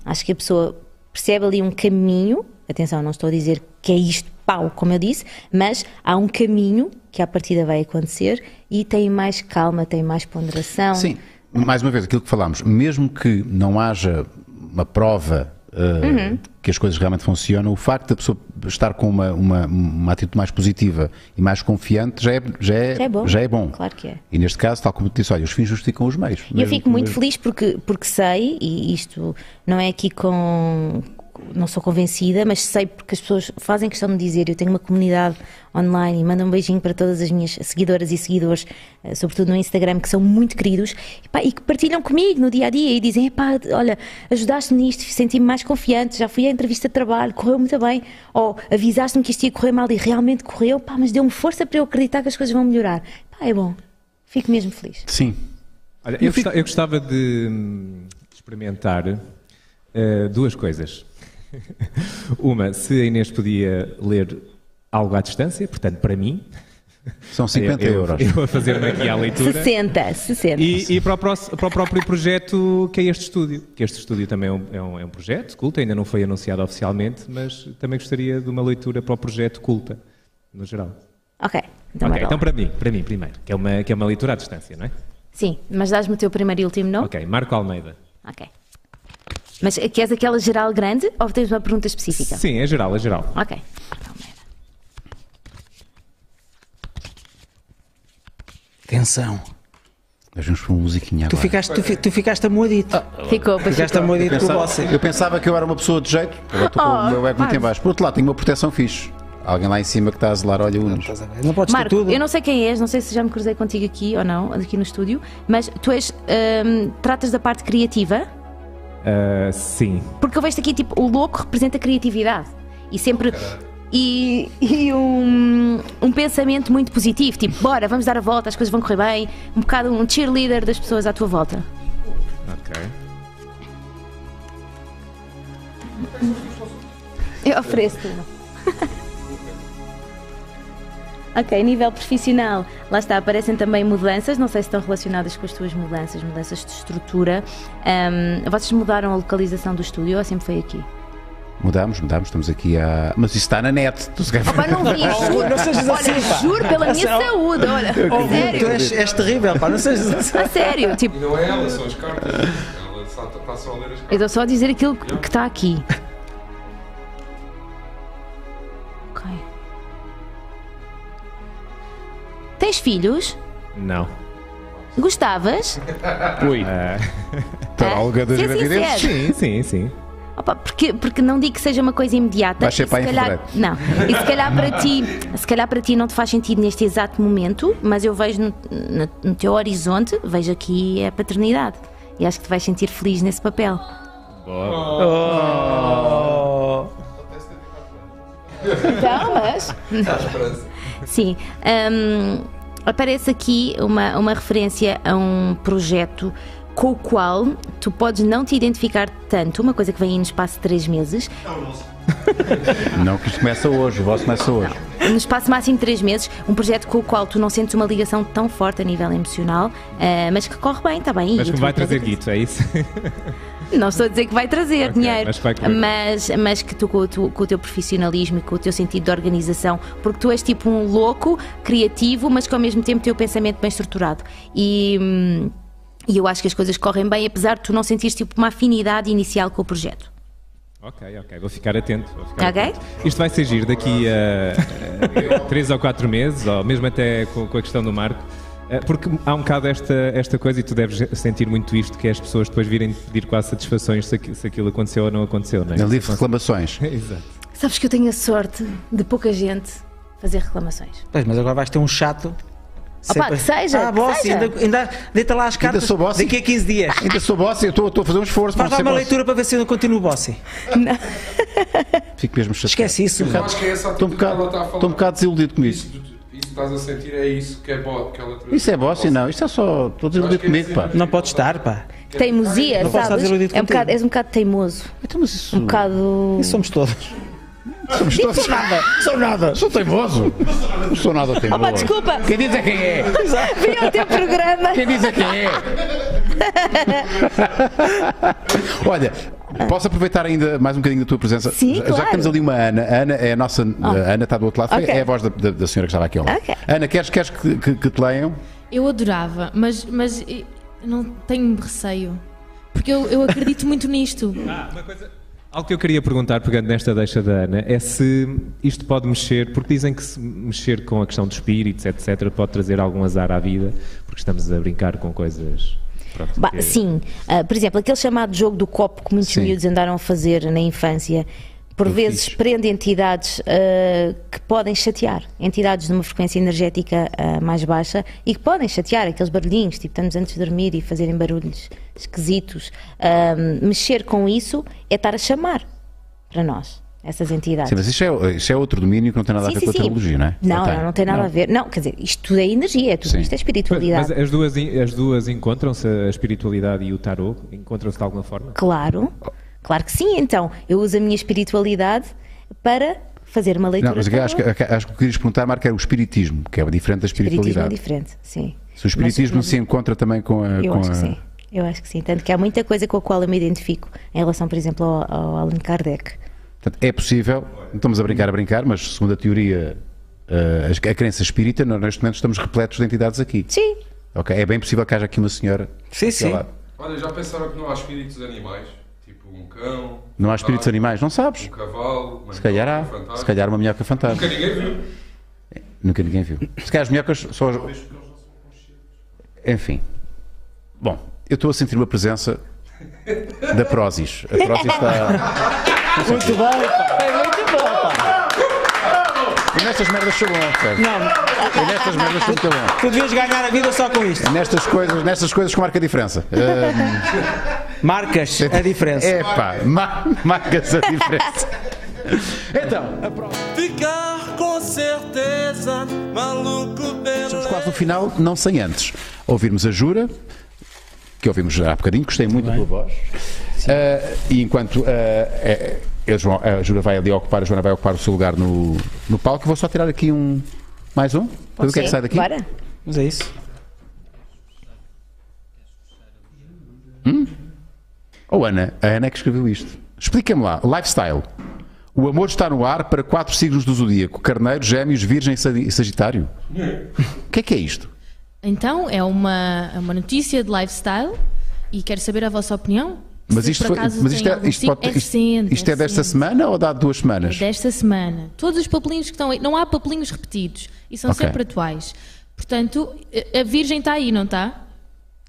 Speaker 4: Acho que a pessoa percebe ali um caminho. Atenção, não estou a dizer que é isto pau, como eu disse, mas há um caminho que à partida vai acontecer e tem mais calma, tem mais ponderação.
Speaker 1: Sim, mais uma vez, aquilo que falámos, mesmo que não haja uma prova eh,
Speaker 4: Uhum.
Speaker 1: que as coisas realmente funcionam, o facto da pessoa estar com uma, uma, uma atitude mais positiva e mais confiante já é, já é,
Speaker 4: Já é bom.
Speaker 1: Já é bom.
Speaker 4: Claro que é.
Speaker 1: E neste caso, tal como te disse, olha, os fins justificam os meios.
Speaker 4: E eu
Speaker 1: Mesmo
Speaker 4: fico
Speaker 1: que-
Speaker 4: muito feliz porque, porque sei, e isto não é aqui com. Não sou convencida, mas sei porque as pessoas fazem questão de dizer. Eu tenho uma comunidade online e mando um beijinho para todas as minhas seguidoras e seguidores, eh, sobretudo no Instagram, que são muito queridos e, pá, e que partilham comigo no dia a dia e dizem: "Epá, olha, ajudaste-me nisto, senti-me mais confiante, já fui à entrevista de trabalho, correu muito bem, ou avisaste-me que isto ia correr mal e realmente correu, pá, mas deu-me força para eu acreditar que as coisas vão melhorar. Pá, é bom, fico mesmo feliz.
Speaker 1: Sim.
Speaker 3: Olha, eu, gosta- eu gostava de hum, experimentar eh, duas coisas. Uma, se a Inês podia ler algo à distância, portanto, para mim.
Speaker 1: São 50
Speaker 3: eu, eu-
Speaker 1: euros.
Speaker 3: Eu a fazer-me aqui à leitura.
Speaker 4: 60, 60.
Speaker 3: E, e para, o próximo- para o próprio projeto que é este estúdio. Que este estúdio também é um, é um- é um projeto culto, ainda não foi anunciado oficialmente, mas também gostaria de uma leitura para o projeto culta, no geral.
Speaker 4: Ok,
Speaker 3: ok,
Speaker 4: então, bora
Speaker 3: então
Speaker 4: lá.
Speaker 3: para mim, para mim primeiro, que é uma, que é uma leitura à distância, não é?
Speaker 4: Sim, mas dás-me o teu primeiro e último nome?
Speaker 3: Ok, Marco Almeida.
Speaker 4: Ok. Mas eh, queres aquela geral grande ou tens uma pergunta específica?
Speaker 3: Sim, é geral, é geral.
Speaker 4: Ok.
Speaker 2: Atenção.
Speaker 1: Mas vamos pôr uma musiquinha
Speaker 2: Tu
Speaker 1: agora.
Speaker 2: ficaste, tu, fi- tu ficaste amoadito.
Speaker 1: Ah,
Speaker 4: Ficou, pois
Speaker 1: Tá,
Speaker 2: ficaste
Speaker 4: ficou.
Speaker 2: amoadito com o
Speaker 1: Pensava-
Speaker 2: você.
Speaker 4: Oh,
Speaker 1: eu pensava que eu era uma pessoa de jeito, agora estou com o meu ego muito em baixo. Por outro lado, tenho uma proteção fixe. Alguém lá em cima que está a zelar, olha, Unos.
Speaker 2: Estás a ver? Não tá- podes ter
Speaker 4: Marco,
Speaker 2: tudo.
Speaker 4: eu não sei quem és, não sei se já me cruzei contigo aqui ou não, aqui no estúdio, mas tu és. hum, tratas da parte criativa?
Speaker 3: Ah, sim.
Speaker 4: Porque eu vejo aqui, tipo, o louco representa criatividade e sempre. E, e um, um pensamento muito positivo, tipo, bora, vamos dar a volta, as coisas vão correr bem, um bocado um cheerleader das pessoas à tua volta.
Speaker 3: Ok.
Speaker 4: é. Eu ofereço-te uma. ok, nível profissional, lá está, aparecem também mudanças, não sei se estão relacionadas com as tuas mudanças, mudanças de estrutura. Ahm, vocês mudaram a localização do estúdio ou sempre foi aqui?
Speaker 1: Mudámos, mudámos, estamos aqui a. Mas isso está na net. Tu se calhar-
Speaker 4: Pá, não vi, é juro,
Speaker 2: Não sejas
Speaker 4: olha,
Speaker 2: assim, pá.
Speaker 4: juro pela minha
Speaker 2: Ação.
Speaker 4: saúde, olha, a
Speaker 2: Tu
Speaker 4: sério,
Speaker 2: és, és terrível, pá, não sejas assim.
Speaker 4: a sério, tipo,
Speaker 5: E não é ela, são as cartas. Ela salta- passa a ler
Speaker 4: eu
Speaker 5: as cartas.
Speaker 4: dou Então, só a dizer aquilo que que está aqui. Ok. Tens filhos?
Speaker 3: Não.
Speaker 4: Gostavas?
Speaker 1: Taróloga é das
Speaker 4: É? Ser
Speaker 1: gravidezes?
Speaker 4: sincero.
Speaker 1: Sim.
Speaker 3: Sim, sim.
Speaker 4: Opa, porque, porque não digo que seja uma coisa imediata.
Speaker 1: Vai ser
Speaker 4: e se
Speaker 1: para em
Speaker 4: calhar,
Speaker 1: fevereiro.
Speaker 4: não. E se calhar para ti, se calhar para ti não te faz sentido neste exato momento, mas eu vejo no, no- no teu horizonte, vejo aqui a paternidade. E acho que te vais sentir feliz nesse papel.
Speaker 2: Oh.
Speaker 4: Então, mas. Sim. hum, aparece aqui uma, uma referência a um projeto com o qual tu podes não te identificar tanto, uma coisa que vem aí no espaço de três meses,
Speaker 1: Não, que isto começa hoje, o vosso começa hoje.
Speaker 4: no espaço máximo de três meses, um projeto com o qual tu não sentes uma ligação tão forte a nível emocional, ah, mas que corre bem, está bem.
Speaker 3: Mas
Speaker 4: E
Speaker 3: que
Speaker 4: tu
Speaker 3: vai
Speaker 4: não estás a
Speaker 3: trazer
Speaker 4: dizer-
Speaker 3: guito, é isso?
Speaker 4: Não estou a dizer que vai trazer
Speaker 3: Ok,
Speaker 4: dinheiro,
Speaker 3: mas vai correr bem.
Speaker 4: mas, mas que tu com, o tu- com o teu profissionalismo e com o teu sentido de organização, porque tu és tipo um louco, criativo, mas que ao mesmo tempo tem o pensamento bem estruturado. E. hum, e eu acho que as coisas correm bem, apesar de tu não sentires tipo uma afinidade inicial com o projeto.
Speaker 3: Ok, ok, vou ficar atento. Vou ficar
Speaker 4: Ok.
Speaker 3: atento. Isto vai ser giro daqui a, a três ou quatro meses, ou mesmo até com, com a questão do Marco, eh, porque há um bocado esta, esta coisa, e tu deves sentir muito isto, que é as pessoas depois virem pedir quase satisfações se, aqui- se aquilo aconteceu ou não aconteceu, não é?
Speaker 1: Na livre reclamações.
Speaker 3: Exato.
Speaker 4: Sabes que eu tenho a sorte de pouca gente fazer reclamações.
Speaker 2: Pois, mas agora vais ter um chato.
Speaker 4: que seja,
Speaker 2: Ah,
Speaker 4: que
Speaker 2: boss,
Speaker 4: seja.
Speaker 2: Ainda, ainda deita lá as cartas
Speaker 1: sou bossy?
Speaker 2: daqui a 15 dias.
Speaker 1: Ainda sou boss, eu estou estou a fazer um esforço para não
Speaker 2: Faz lá
Speaker 1: ser
Speaker 2: uma
Speaker 1: boss.
Speaker 2: leitura para ver se eu não continuo bossy.
Speaker 1: Fico mesmo chateado.
Speaker 2: Esquece isso.
Speaker 5: Eu acho que é essa
Speaker 1: Estou um
Speaker 5: atitude que
Speaker 1: bocado,
Speaker 5: ela está a falar.
Speaker 1: estou um bocado desiludido com
Speaker 5: Isso,
Speaker 1: isso.
Speaker 5: isso que estás a sentir é isso que é bot que ela trouxe.
Speaker 1: Isso é boss? Não, isto é só. Estou desiludido comigo, pá.
Speaker 2: Não podes estar, pá.
Speaker 4: Teimosia,
Speaker 2: Não posso estar
Speaker 4: sabes?
Speaker 2: desiludido
Speaker 4: É um
Speaker 2: contigo.
Speaker 4: bocado, és um bocado teimoso.
Speaker 1: Então, mas isso.
Speaker 4: Um bocado. é
Speaker 2: Isso somos todos.
Speaker 1: Somos todos nada. Sou nada. Sou teimoso. Não sou nada teimoso.
Speaker 4: Opa, Ah, desculpa!
Speaker 1: Quem diz é quem é.
Speaker 4: Vi o teu programa!
Speaker 1: Quem diz é quem é. Olha, posso aproveitar ainda mais um bocadinho da tua presença?
Speaker 4: Sim,
Speaker 1: já, já
Speaker 4: claro. Oh.
Speaker 1: que temos ali uma Ana. A Ana é a nossa. a Ana está do outro lado. Foi-
Speaker 4: Ok.
Speaker 1: É a voz da, da- da senhora que estava aqui ao lado.
Speaker 4: Ok.
Speaker 1: Ana, queres, queres que, que- que te leiam?
Speaker 9: Eu adorava, mas, mas eu não tenho receio. Porque eu, eu acredito muito nisto.
Speaker 3: Ah, uma coisa. Algo que eu queria perguntar, pegando nesta deixa da Ana, é se isto pode mexer, porque dizem que se mexer com a questão dos espíritos, etc., pode trazer algum azar à vida, porque estamos a brincar com coisas. Pronto,
Speaker 4: Bah,
Speaker 3: que- é-
Speaker 4: sim, Ah, por exemplo, aquele chamado jogo do copo que muitos
Speaker 1: Sim.
Speaker 4: miúdos andaram a fazer na infância, por vezes
Speaker 1: fiz.
Speaker 4: prende entidades ah, que podem chatear, entidades de uma frequência energética ah, mais baixa e que podem chatear aqueles barulhinhos, tipo estamos antes de dormir e fazerem barulhos esquisitos. Ah, mexer com isso é estar a chamar para nós essas entidades.
Speaker 1: Sim, mas isso é, isso é outro domínio que não tem nada a ver com a teologia, não é?
Speaker 4: Não,
Speaker 1: Ou tem?
Speaker 4: não, não tem nada a ver. Não, quer dizer, isto tudo é energia, tudo
Speaker 1: Sim.
Speaker 4: isto é
Speaker 3: Mas
Speaker 4: espiritualidade.
Speaker 3: as duas, as duas encontram-se, a espiritualidade e o tarô, encontram-se de alguma forma?
Speaker 4: Claro, claro que sim. Então, eu uso a minha espiritualidade para fazer uma leitura.
Speaker 1: Não, mas acho, que-
Speaker 4: tarô.
Speaker 1: acho que o que querias perguntar, Marco, era o espiritismo, que é diferente da
Speaker 4: espiritismo é
Speaker 1: espiritualidade.
Speaker 4: diferente, sim.
Speaker 1: Se o espiritismo
Speaker 4: Mas-
Speaker 1: se encontra também com a.
Speaker 4: Eu
Speaker 1: com
Speaker 4: acho
Speaker 1: a-
Speaker 4: que sim. Eu acho que sim. Tanto que há muita coisa com a qual eu me identifico em relação, por exemplo, ao, ao Allan Kardec.
Speaker 1: Portanto, é possível, não estamos a brincar a brincar, mas segundo a teoria, eh, as- a crença espírita, nós neste momento estamos repletos de entidades aqui.
Speaker 4: Sim,
Speaker 1: Ok? É bem possível que haja aqui uma senhora.
Speaker 2: Sim,
Speaker 1: sei
Speaker 2: sim.
Speaker 1: lá,
Speaker 5: Olha, já pensaram que não há espíritos animais? Tipo um cão.
Speaker 1: Não há
Speaker 5: um
Speaker 1: espíritos
Speaker 5: gato,
Speaker 1: animais, não sabes?
Speaker 5: Um cavalo. uma
Speaker 1: Se calhar
Speaker 5: minhoca, um
Speaker 1: há.
Speaker 5: fantasma.
Speaker 1: Se calhar uma minhoca fantasma.
Speaker 5: Nunca ninguém viu.
Speaker 1: Nunca ninguém viu. Se calhar as minhocas só as... Enfim. Bom, eu estou a sentir uma presença da Prozis. A Prozis está.
Speaker 2: Muito bom, pá. É muito bom, pá.
Speaker 1: E nestas merdas sou bom, percebes?
Speaker 2: Não,
Speaker 1: E nestas merdas sou muito bom.
Speaker 2: tu devias ganhar a vida só com isto.
Speaker 1: Nestas coisas, nestas coisas que marca a diferença. Eh,
Speaker 2: Marcas a diferença.
Speaker 1: Epá, ma- marca-se a diferença. Então,
Speaker 7: Ficar com certeza, maluco
Speaker 1: Estamos
Speaker 7: belo.
Speaker 1: quase no final, não sem antes ouvirmos a Jura, que ouvimos há bocadinho, gostei muito da tua voz. Ah, e enquanto ah, eh, eles vão- a Jura vai ali ocupar, a Joana vai ocupar o seu lugar no, no palco, eu vou só tirar aqui um. Mais um? Para ver o que é que
Speaker 4: Sim,
Speaker 1: sai daqui?
Speaker 4: Bora.
Speaker 2: Mas é isso.
Speaker 1: Oh, Ana, a Ana é que escreveu isto. Explica-me lá, lifestyle. O amor está no ar para quatro signos do zodíaco: Carneiro, Gêmeos, Virgem e Sagi- Sagitário. O que é que é isto?
Speaker 9: Então, é uma, é uma notícia de lifestyle e quero saber a vossa opinião.
Speaker 1: Mas
Speaker 9: Se
Speaker 1: isto,
Speaker 9: por
Speaker 1: foi-
Speaker 9: acaso
Speaker 1: mas
Speaker 9: tem
Speaker 1: isto, é,
Speaker 9: algum
Speaker 1: isto,
Speaker 9: signo-
Speaker 1: pode- isto-
Speaker 9: recente,
Speaker 1: isto é desta
Speaker 9: recente.
Speaker 1: semana ou dá duas semanas?
Speaker 9: Desta semana. Todos os papelinhos que estão aí. Não há papelinhos repetidos. E são
Speaker 1: Ok.
Speaker 9: sempre atuais. Portanto, a- a Virgem está aí, não está?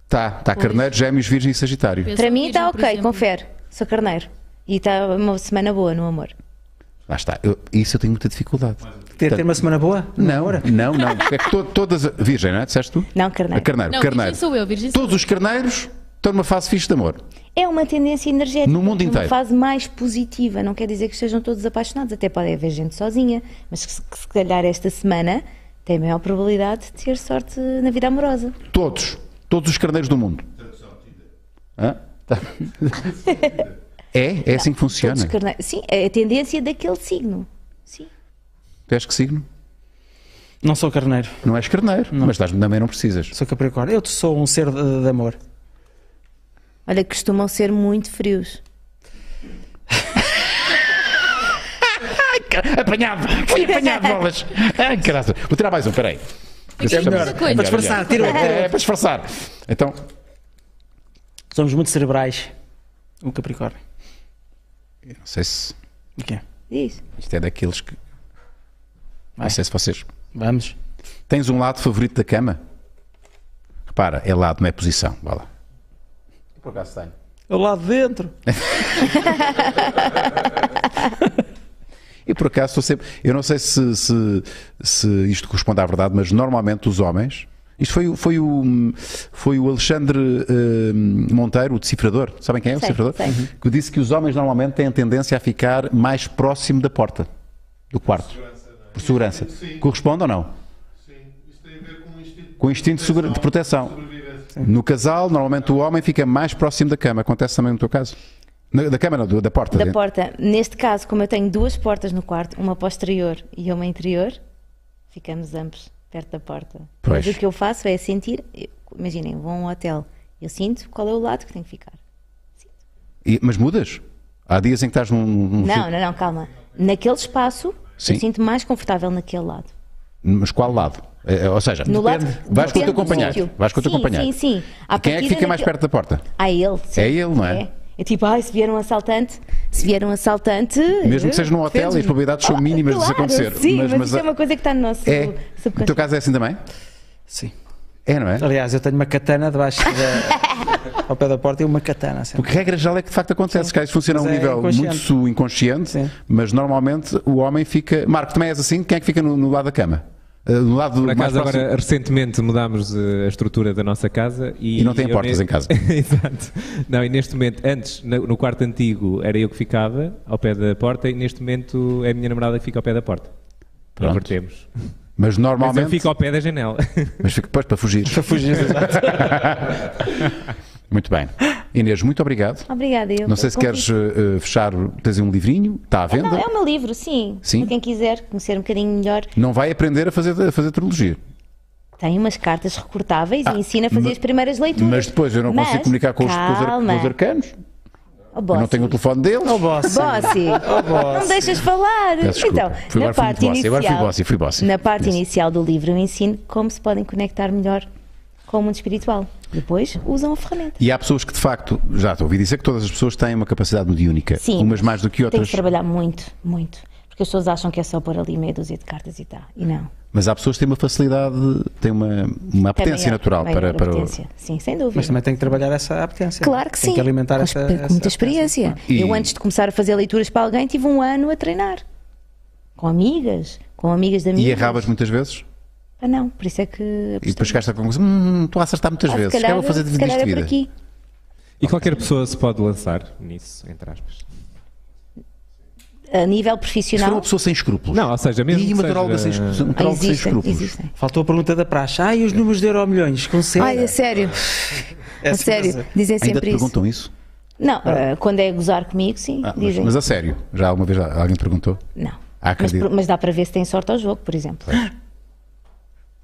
Speaker 1: Tá, tá Carneiro, Gêmeos, Virgem e Sagitário.
Speaker 9: Eu sou
Speaker 4: Para mim está
Speaker 9: virgem, por
Speaker 4: ok,
Speaker 9: exemplo.
Speaker 4: confere. Sou carneiro. E está uma semana boa no amor.
Speaker 1: Lá está. Eu- isso eu tenho muita dificuldade.
Speaker 2: Ter, ter uma semana boa?
Speaker 1: Não, não, não. É que to- todas. a- Virgem, não é? Disseste tu?
Speaker 4: Não, carneiro.
Speaker 1: A carneiro,
Speaker 9: Não,
Speaker 1: carneiro.
Speaker 9: Virgem sou eu, Virgem sou
Speaker 1: Todos os carneiros estão numa fase fixe de amor.
Speaker 4: É uma tendência energética.
Speaker 1: No mundo inteiro.
Speaker 4: Uma fase mais positiva. Não quer dizer que estejam todos apaixonados. Até pode haver gente sozinha. Mas que se, que se calhar esta semana tem maior probabilidade de ter sorte na vida amorosa.
Speaker 1: Todos. Todos os carneiros do mundo. Hã? Tá. É? É assim que
Speaker 4: Todos
Speaker 1: funciona?
Speaker 4: os carneiros- Sim, é a tendência daquele signo. Sim.
Speaker 1: Tu és que signo?
Speaker 2: Não sou carneiro,
Speaker 1: Não és carneiro, mas estás, também não precisas.
Speaker 2: sou capricórnio. Eu sou um ser de, de amor.
Speaker 4: Olha, costumam ser muito frios.
Speaker 1: Apanhado! Fui apanhado, bolas! Ai, caralho! Vou tirar mais um, peraí. Esse
Speaker 9: outra coisa.
Speaker 1: melhor. É
Speaker 2: Para
Speaker 1: melhor,
Speaker 2: disfarçar,
Speaker 1: melhor.
Speaker 2: tira outro.
Speaker 1: É, é para disfarçar. Então,
Speaker 2: Somos muito cerebrais. O capricórnio.
Speaker 1: eu não sei se.
Speaker 2: O quê?
Speaker 4: Diz.
Speaker 1: Isto é daqueles que. Não sei se vocês.
Speaker 2: Vamos.
Speaker 1: Tens um lado favorito da cama? Repara, é lado, não é posição. Vá lá. Por acaso tenho.
Speaker 2: Eu lá de dentro.
Speaker 1: E por acaso estou sempre. Eu não sei se, se, se isto corresponde à verdade, mas normalmente os homens. Isto foi, o- foi, o, foi o Alexandre eh, Monteiro, o decifrador. Sabem quem é o
Speaker 4: Sei,
Speaker 1: decifrador?
Speaker 4: sei. Uhum.
Speaker 1: Que disse que os homens normalmente têm a tendência a ficar mais próximo da porta, do quarto. Por segurança. Corresponde ou não?
Speaker 5: é? Sim, isso tem a ver com o instinto
Speaker 1: Com um instinto de segura- de proteção.
Speaker 5: de sobrevivência.
Speaker 1: No casal, normalmente o homem fica mais próximo da cama. Acontece também no teu caso? Na- da cama, não, do- da porta.
Speaker 4: Da
Speaker 1: de-
Speaker 4: porta. Neste caso, como eu tenho duas portas no quarto, uma posterior e uma interior, ficamos ambos perto da porta.
Speaker 1: Pois.
Speaker 4: Mas o que eu faço é sentir. eu- Imaginem, vou a um hotel. Eu sinto qual é o lado que tenho que ficar.
Speaker 1: E- mas mudas? Há dias em que estás num. num
Speaker 4: Não, não, não, calma. Naquele espaço,
Speaker 1: Um Sim.
Speaker 4: eu sinto mais confortável naquele lado.
Speaker 1: Mas qual lado? Eh, eh, Ou seja,
Speaker 4: No
Speaker 1: depende,
Speaker 4: lado.
Speaker 1: vais com o
Speaker 4: depende
Speaker 1: teu
Speaker 4: do
Speaker 1: companheiro.
Speaker 4: sítio.
Speaker 1: Vais com o teu
Speaker 4: sim,
Speaker 1: companheiro.
Speaker 4: Sim, sim. À
Speaker 1: Quem é que
Speaker 4: partida
Speaker 1: fica mais
Speaker 4: naquele-
Speaker 1: perto da porta?
Speaker 4: Ah, ele. sim.
Speaker 1: É ele, não é?
Speaker 4: É tipo, ai, se vier um assaltante, se vier um assaltante.
Speaker 1: Mesmo que seja num hotel,
Speaker 4: defende-me.
Speaker 1: as probabilidades são
Speaker 4: Ah,
Speaker 1: mínimas de isso
Speaker 4: claro,
Speaker 1: acontecer.
Speaker 4: Sim,
Speaker 1: Mas-
Speaker 4: mas,
Speaker 1: mas
Speaker 4: isso
Speaker 1: a-
Speaker 4: é uma coisa que está no nosso
Speaker 1: É. No teu
Speaker 4: subconsciente.
Speaker 1: caso é assim também?
Speaker 2: Sim.
Speaker 1: É, não é?
Speaker 2: Aliás, eu tenho uma katana debaixo da, ao pé da porta e uma katana. Assim.
Speaker 1: Porque regra geral é que de facto acontece, que isso funciona a um
Speaker 2: Mas é
Speaker 1: nível
Speaker 2: inconsciente.
Speaker 1: muito su- inconsciente,
Speaker 2: Sim.
Speaker 1: mas normalmente o homem fica. Marco, também és assim? Quem é que fica no, no lado da cama? Eh, No lado
Speaker 3: Por
Speaker 1: mais
Speaker 3: acaso,
Speaker 1: próximo?
Speaker 3: agora recentemente mudámos eh, a estrutura da nossa casa e.
Speaker 1: E não tem
Speaker 3: eu
Speaker 1: portas em casa.
Speaker 3: Exato. Não, e neste momento, antes, no no quarto antigo, era eu que ficava ao pé da porta e neste momento é a minha namorada que fica ao pé da porta.
Speaker 1: Pronto.
Speaker 3: Invertemos.
Speaker 1: Mas
Speaker 3: Mas
Speaker 1: normalmente.
Speaker 3: eu fico ao pé da janela.
Speaker 1: Mas fico depois para fugir.
Speaker 2: Para fugir, exato.
Speaker 1: Muito bem. Inês, muito obrigado.
Speaker 4: Obrigada, eu.
Speaker 1: Não sei se
Speaker 4: eu
Speaker 1: queres
Speaker 4: confio.
Speaker 1: eh, eh, fechar, tens aí um livrinho, está à venda.
Speaker 4: Não, é o meu livro, sim.
Speaker 1: Sim.
Speaker 4: Para quem quiser conhecer um bocadinho melhor,
Speaker 1: Não vai aprender a fazer, a fazer trilogia.
Speaker 4: tem umas cartas recortáveis e ensina a fazer
Speaker 1: Ah, ma-
Speaker 4: as primeiras leituras.
Speaker 1: Mas depois eu não consigo
Speaker 4: Mas,
Speaker 1: comunicar com os, com os ar-
Speaker 4: calma.
Speaker 1: com os arcanos.
Speaker 4: Oh,
Speaker 1: Eu
Speaker 4: boss.
Speaker 1: não tenho o telefone deles.
Speaker 2: Oh, boss.
Speaker 4: Bossi, não
Speaker 2: boss.
Speaker 4: deixas falar.
Speaker 1: Peço desculpa.
Speaker 4: Então,
Speaker 1: Fui-
Speaker 4: na
Speaker 1: agora fui
Speaker 4: parte
Speaker 1: muito bossy,
Speaker 4: inicial,
Speaker 1: agora fui bossy, fui bossy.
Speaker 4: na parte
Speaker 1: Yes.
Speaker 4: inicial do livro eu ensino como se podem conectar melhor com o mundo espiritual. Depois usam a ferramenta.
Speaker 1: E há pessoas que de facto, já te ouvi dizer que todas as pessoas têm uma capacidade mediúnica.
Speaker 4: Sim.
Speaker 1: Umas mais do que
Speaker 4: Tem
Speaker 1: outras.
Speaker 4: que trabalhar muito, muito. Porque as pessoas acham que é só pôr ali meia dúzia de cartas e tá. E não.
Speaker 1: Mas há pessoas que têm uma facilidade, têm uma, uma
Speaker 4: Tem
Speaker 1: apetência
Speaker 4: maior-
Speaker 1: natural
Speaker 4: é maior
Speaker 1: para, para o.
Speaker 4: apetência. Sim, sem dúvida.
Speaker 2: Mas também tem que trabalhar essa apetência.
Speaker 4: Claro que
Speaker 2: tem
Speaker 4: sim.
Speaker 2: que alimentar
Speaker 4: Mas
Speaker 2: essa,
Speaker 4: perco
Speaker 2: essa apetência.
Speaker 4: muita experiência.
Speaker 1: E-
Speaker 4: Eu, antes de começar a fazer leituras para alguém, tive um ano a treinar. com amigas, com amigas de amigas.
Speaker 1: E erravas muitas vezes?
Speaker 4: Ah, não, por isso é que.
Speaker 1: E depois
Speaker 4: apostei.
Speaker 1: chegaste à conclusão, hum, estou a acertar muitas
Speaker 4: Ah,
Speaker 1: vezes. Se calhar vou fazer
Speaker 4: se
Speaker 1: dividir de
Speaker 4: calhar é por
Speaker 1: vida.
Speaker 4: aqui.
Speaker 3: E qualquer pessoa se pode lançar nisso, entre aspas.
Speaker 4: A nível
Speaker 1: Se for
Speaker 4: profissional.
Speaker 1: uma pessoa sem escrúpulos.
Speaker 3: Não, ou seja, mesmo
Speaker 1: e
Speaker 3: que
Speaker 1: uma
Speaker 3: seja-
Speaker 1: taróloga sem, escrú- um
Speaker 4: Ah,
Speaker 1: tarólogo sem
Speaker 4: existem,
Speaker 1: escrúpulos.
Speaker 4: existem.
Speaker 2: Faltou a pergunta da praxe. Ah, e os números de euro milhões? Consegue?
Speaker 4: Ai, é sério.
Speaker 2: É
Speaker 4: a sério.
Speaker 2: sério.
Speaker 4: Dizem
Speaker 1: Ainda te
Speaker 4: É sempre isso.
Speaker 1: perguntam isso?
Speaker 4: Não, ah, quando é gozar comigo, sim.
Speaker 1: Ah, mas,
Speaker 4: dizem.
Speaker 1: mas a sério, já alguma vez alguém perguntou?
Speaker 4: Não.
Speaker 1: Ah,
Speaker 4: mas,
Speaker 1: acredito. Ah.
Speaker 4: mas dá para ver se tem sorte ao jogo, por exemplo.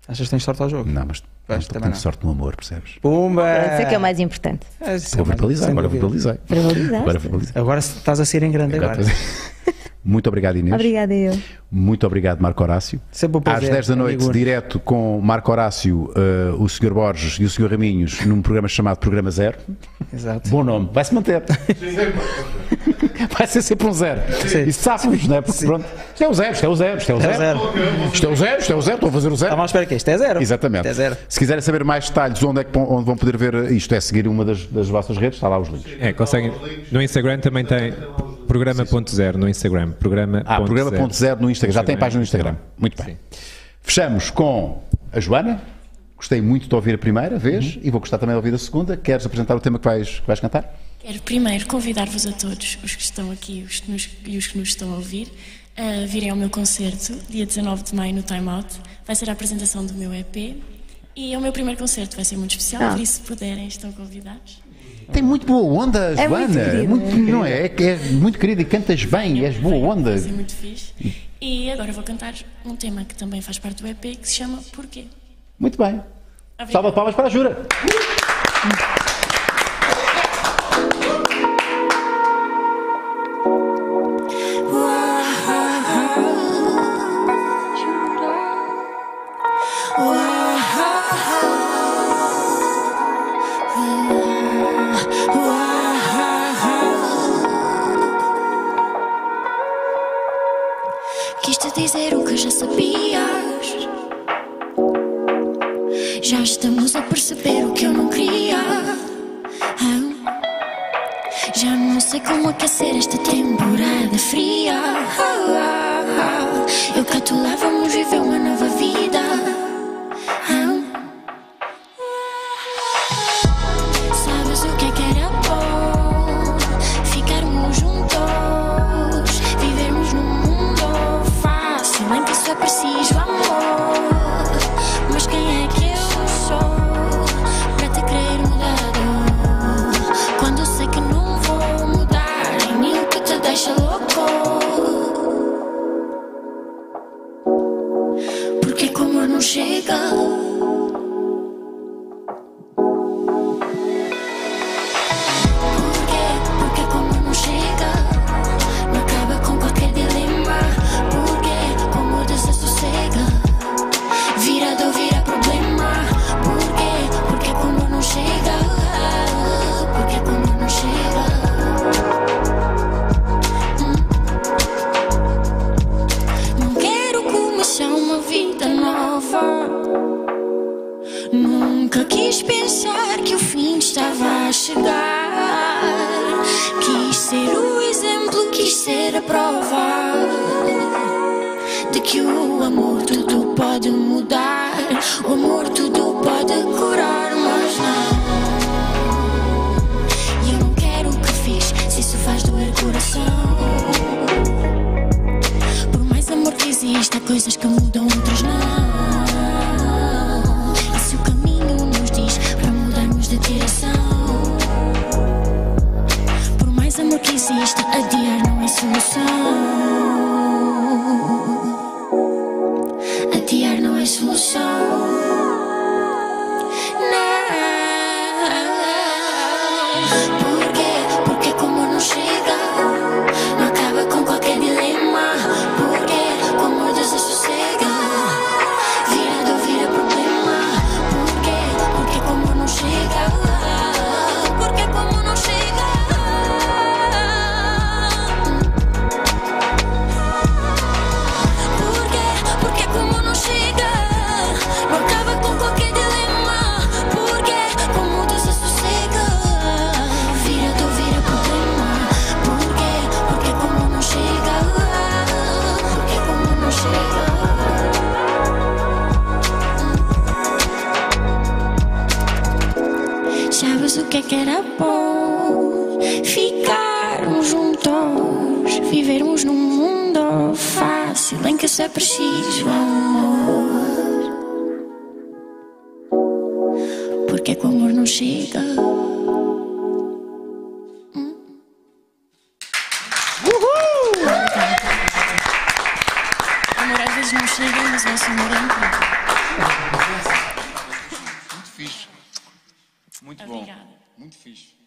Speaker 2: Achas que tens sorte ao jogo?
Speaker 1: Não, mas
Speaker 2: Pois,
Speaker 1: não
Speaker 2: também
Speaker 1: tenho
Speaker 2: não.
Speaker 1: sorte no amor, percebes?
Speaker 2: Pumba!
Speaker 4: Isso é que é o mais importante.
Speaker 2: É, isso é
Speaker 1: Vou
Speaker 2: mais-
Speaker 1: verbalizar,
Speaker 2: sem
Speaker 1: agora
Speaker 2: dúvida.
Speaker 1: verbalizei.
Speaker 4: Verbalizaste.
Speaker 1: Agora verbalizei.
Speaker 2: Agora estás a ser em grande agora.
Speaker 1: Agora- Muito obrigado, Inês.
Speaker 4: Obrigada eu.
Speaker 1: Muito obrigado, Marco Horácio.
Speaker 2: Sempre um
Speaker 1: Às
Speaker 2: prazer,
Speaker 1: 10 da noite,
Speaker 2: amigo.
Speaker 1: direto com Marco Horácio, eh, o Sr. Borges e o Sr. Raminhos, num programa chamado Programa Zero.
Speaker 2: Exato.
Speaker 1: Bom nome, vai-se manter. Vai ser sempre um zero.
Speaker 2: Sim.
Speaker 1: E safos, não é? Porque pronto. Isto é o zero, isto é o zero, isto é o
Speaker 2: É
Speaker 1: zero.
Speaker 2: zero.
Speaker 1: Isto é o zero, isto é o zero, estou a fazer o zero.
Speaker 2: Estavam à espera que isto é zero.
Speaker 1: Exatamente.
Speaker 2: Isto é zero.
Speaker 1: Se quiserem saber mais detalhes onde, é que, onde vão poder ver isto, é seguir uma das, das vossas redes, está lá os links.
Speaker 3: É, conseguem. No Instagram também tem programa.0 no Instagram. Programa.
Speaker 1: Ah,
Speaker 3: ponto zero.
Speaker 1: programa.0 no Instagram. Já tem página no Instagram. Muito bem. Fechamos com a Joana. Gostei muito de ouvir a primeira vez
Speaker 3: Uhum.
Speaker 1: e vou gostar também de ouvir a segunda. Queres apresentar o tema que vais, que vais cantar?
Speaker 6: Quero primeiro convidar-vos a todos, os que estão aqui os que nos- e os que nos estão a ouvir, a virem ao meu concerto, dia 19 de maio, no Time Out. Vai ser a apresentação do meu EP e é o meu primeiro concerto, vai ser muito especial,
Speaker 4: Ah.
Speaker 6: por isso, se puderem, estão convidados.
Speaker 1: Tem muito boa onda, a
Speaker 4: É muito
Speaker 1: Joana.
Speaker 4: querida.
Speaker 1: Muito- não é? É que é muito querida e cantas bem, és boa onda.
Speaker 6: Vai ser muito fixe. E agora vou cantar um tema que também faz parte do EP, que se chama Porquê.
Speaker 1: Muito bem.
Speaker 6: Obrigada.
Speaker 1: Salva de palmas para a Jura.
Speaker 8: Quis te dizer o que já sabias. Já estamos a perceber o que eu não queria. Ah. Já não sei como aquecer esta temporada fria. Ah, ah, ah. Eu cá tu lá vamos viver uma nova vida. Ah. Sabes o que é que era bom? Ficarmos juntos, vivermos num mundo fácil em que só preciso amor. Mas quem é que eu sou para te querer mudado? Quando sei que não vou mudar, e nem o que te deixa louco. Porque que o amor não chega? Porquê? Porque como não chega, não acaba com qualquer dilema. Porquê? Como desassossega, vira dor, vira problema. Porquê? Porque como não chega, porque como não chega. Hum. Não quero começar uma vida nova. Nunca quis pensar que o fim estava a chegar. Quis ser o exemplo, quis ser a prova de que o amor tudo pode mudar. O amor tudo pode curar, mas não. E eu não quero o que fiz, se isso faz doer coração. Por mais amor que exista, há coisas que mudam, outras não. E se o caminho nos diz para mudarmos de direção? Por mais amor que exista, adiar não é solução. Adiar não é solução. Não. Por quê? Porque como não chega. Não acaba com qualquer dilema Porque o amor desassossega Vira dor, vira problema Porque, porque como não chega Porque como não chega Porquê? Porque como não é chega é que era bom ficarmos juntos, vivermos num mundo fácil em que só é preciso amor. Porque é que o amor não chega.
Speaker 6: O amor às vezes não chega, mas o nosso amor é incrível.
Speaker 10: Muito fixe. Muito bom.
Speaker 6: Obrigada.
Speaker 10: Muito fixe.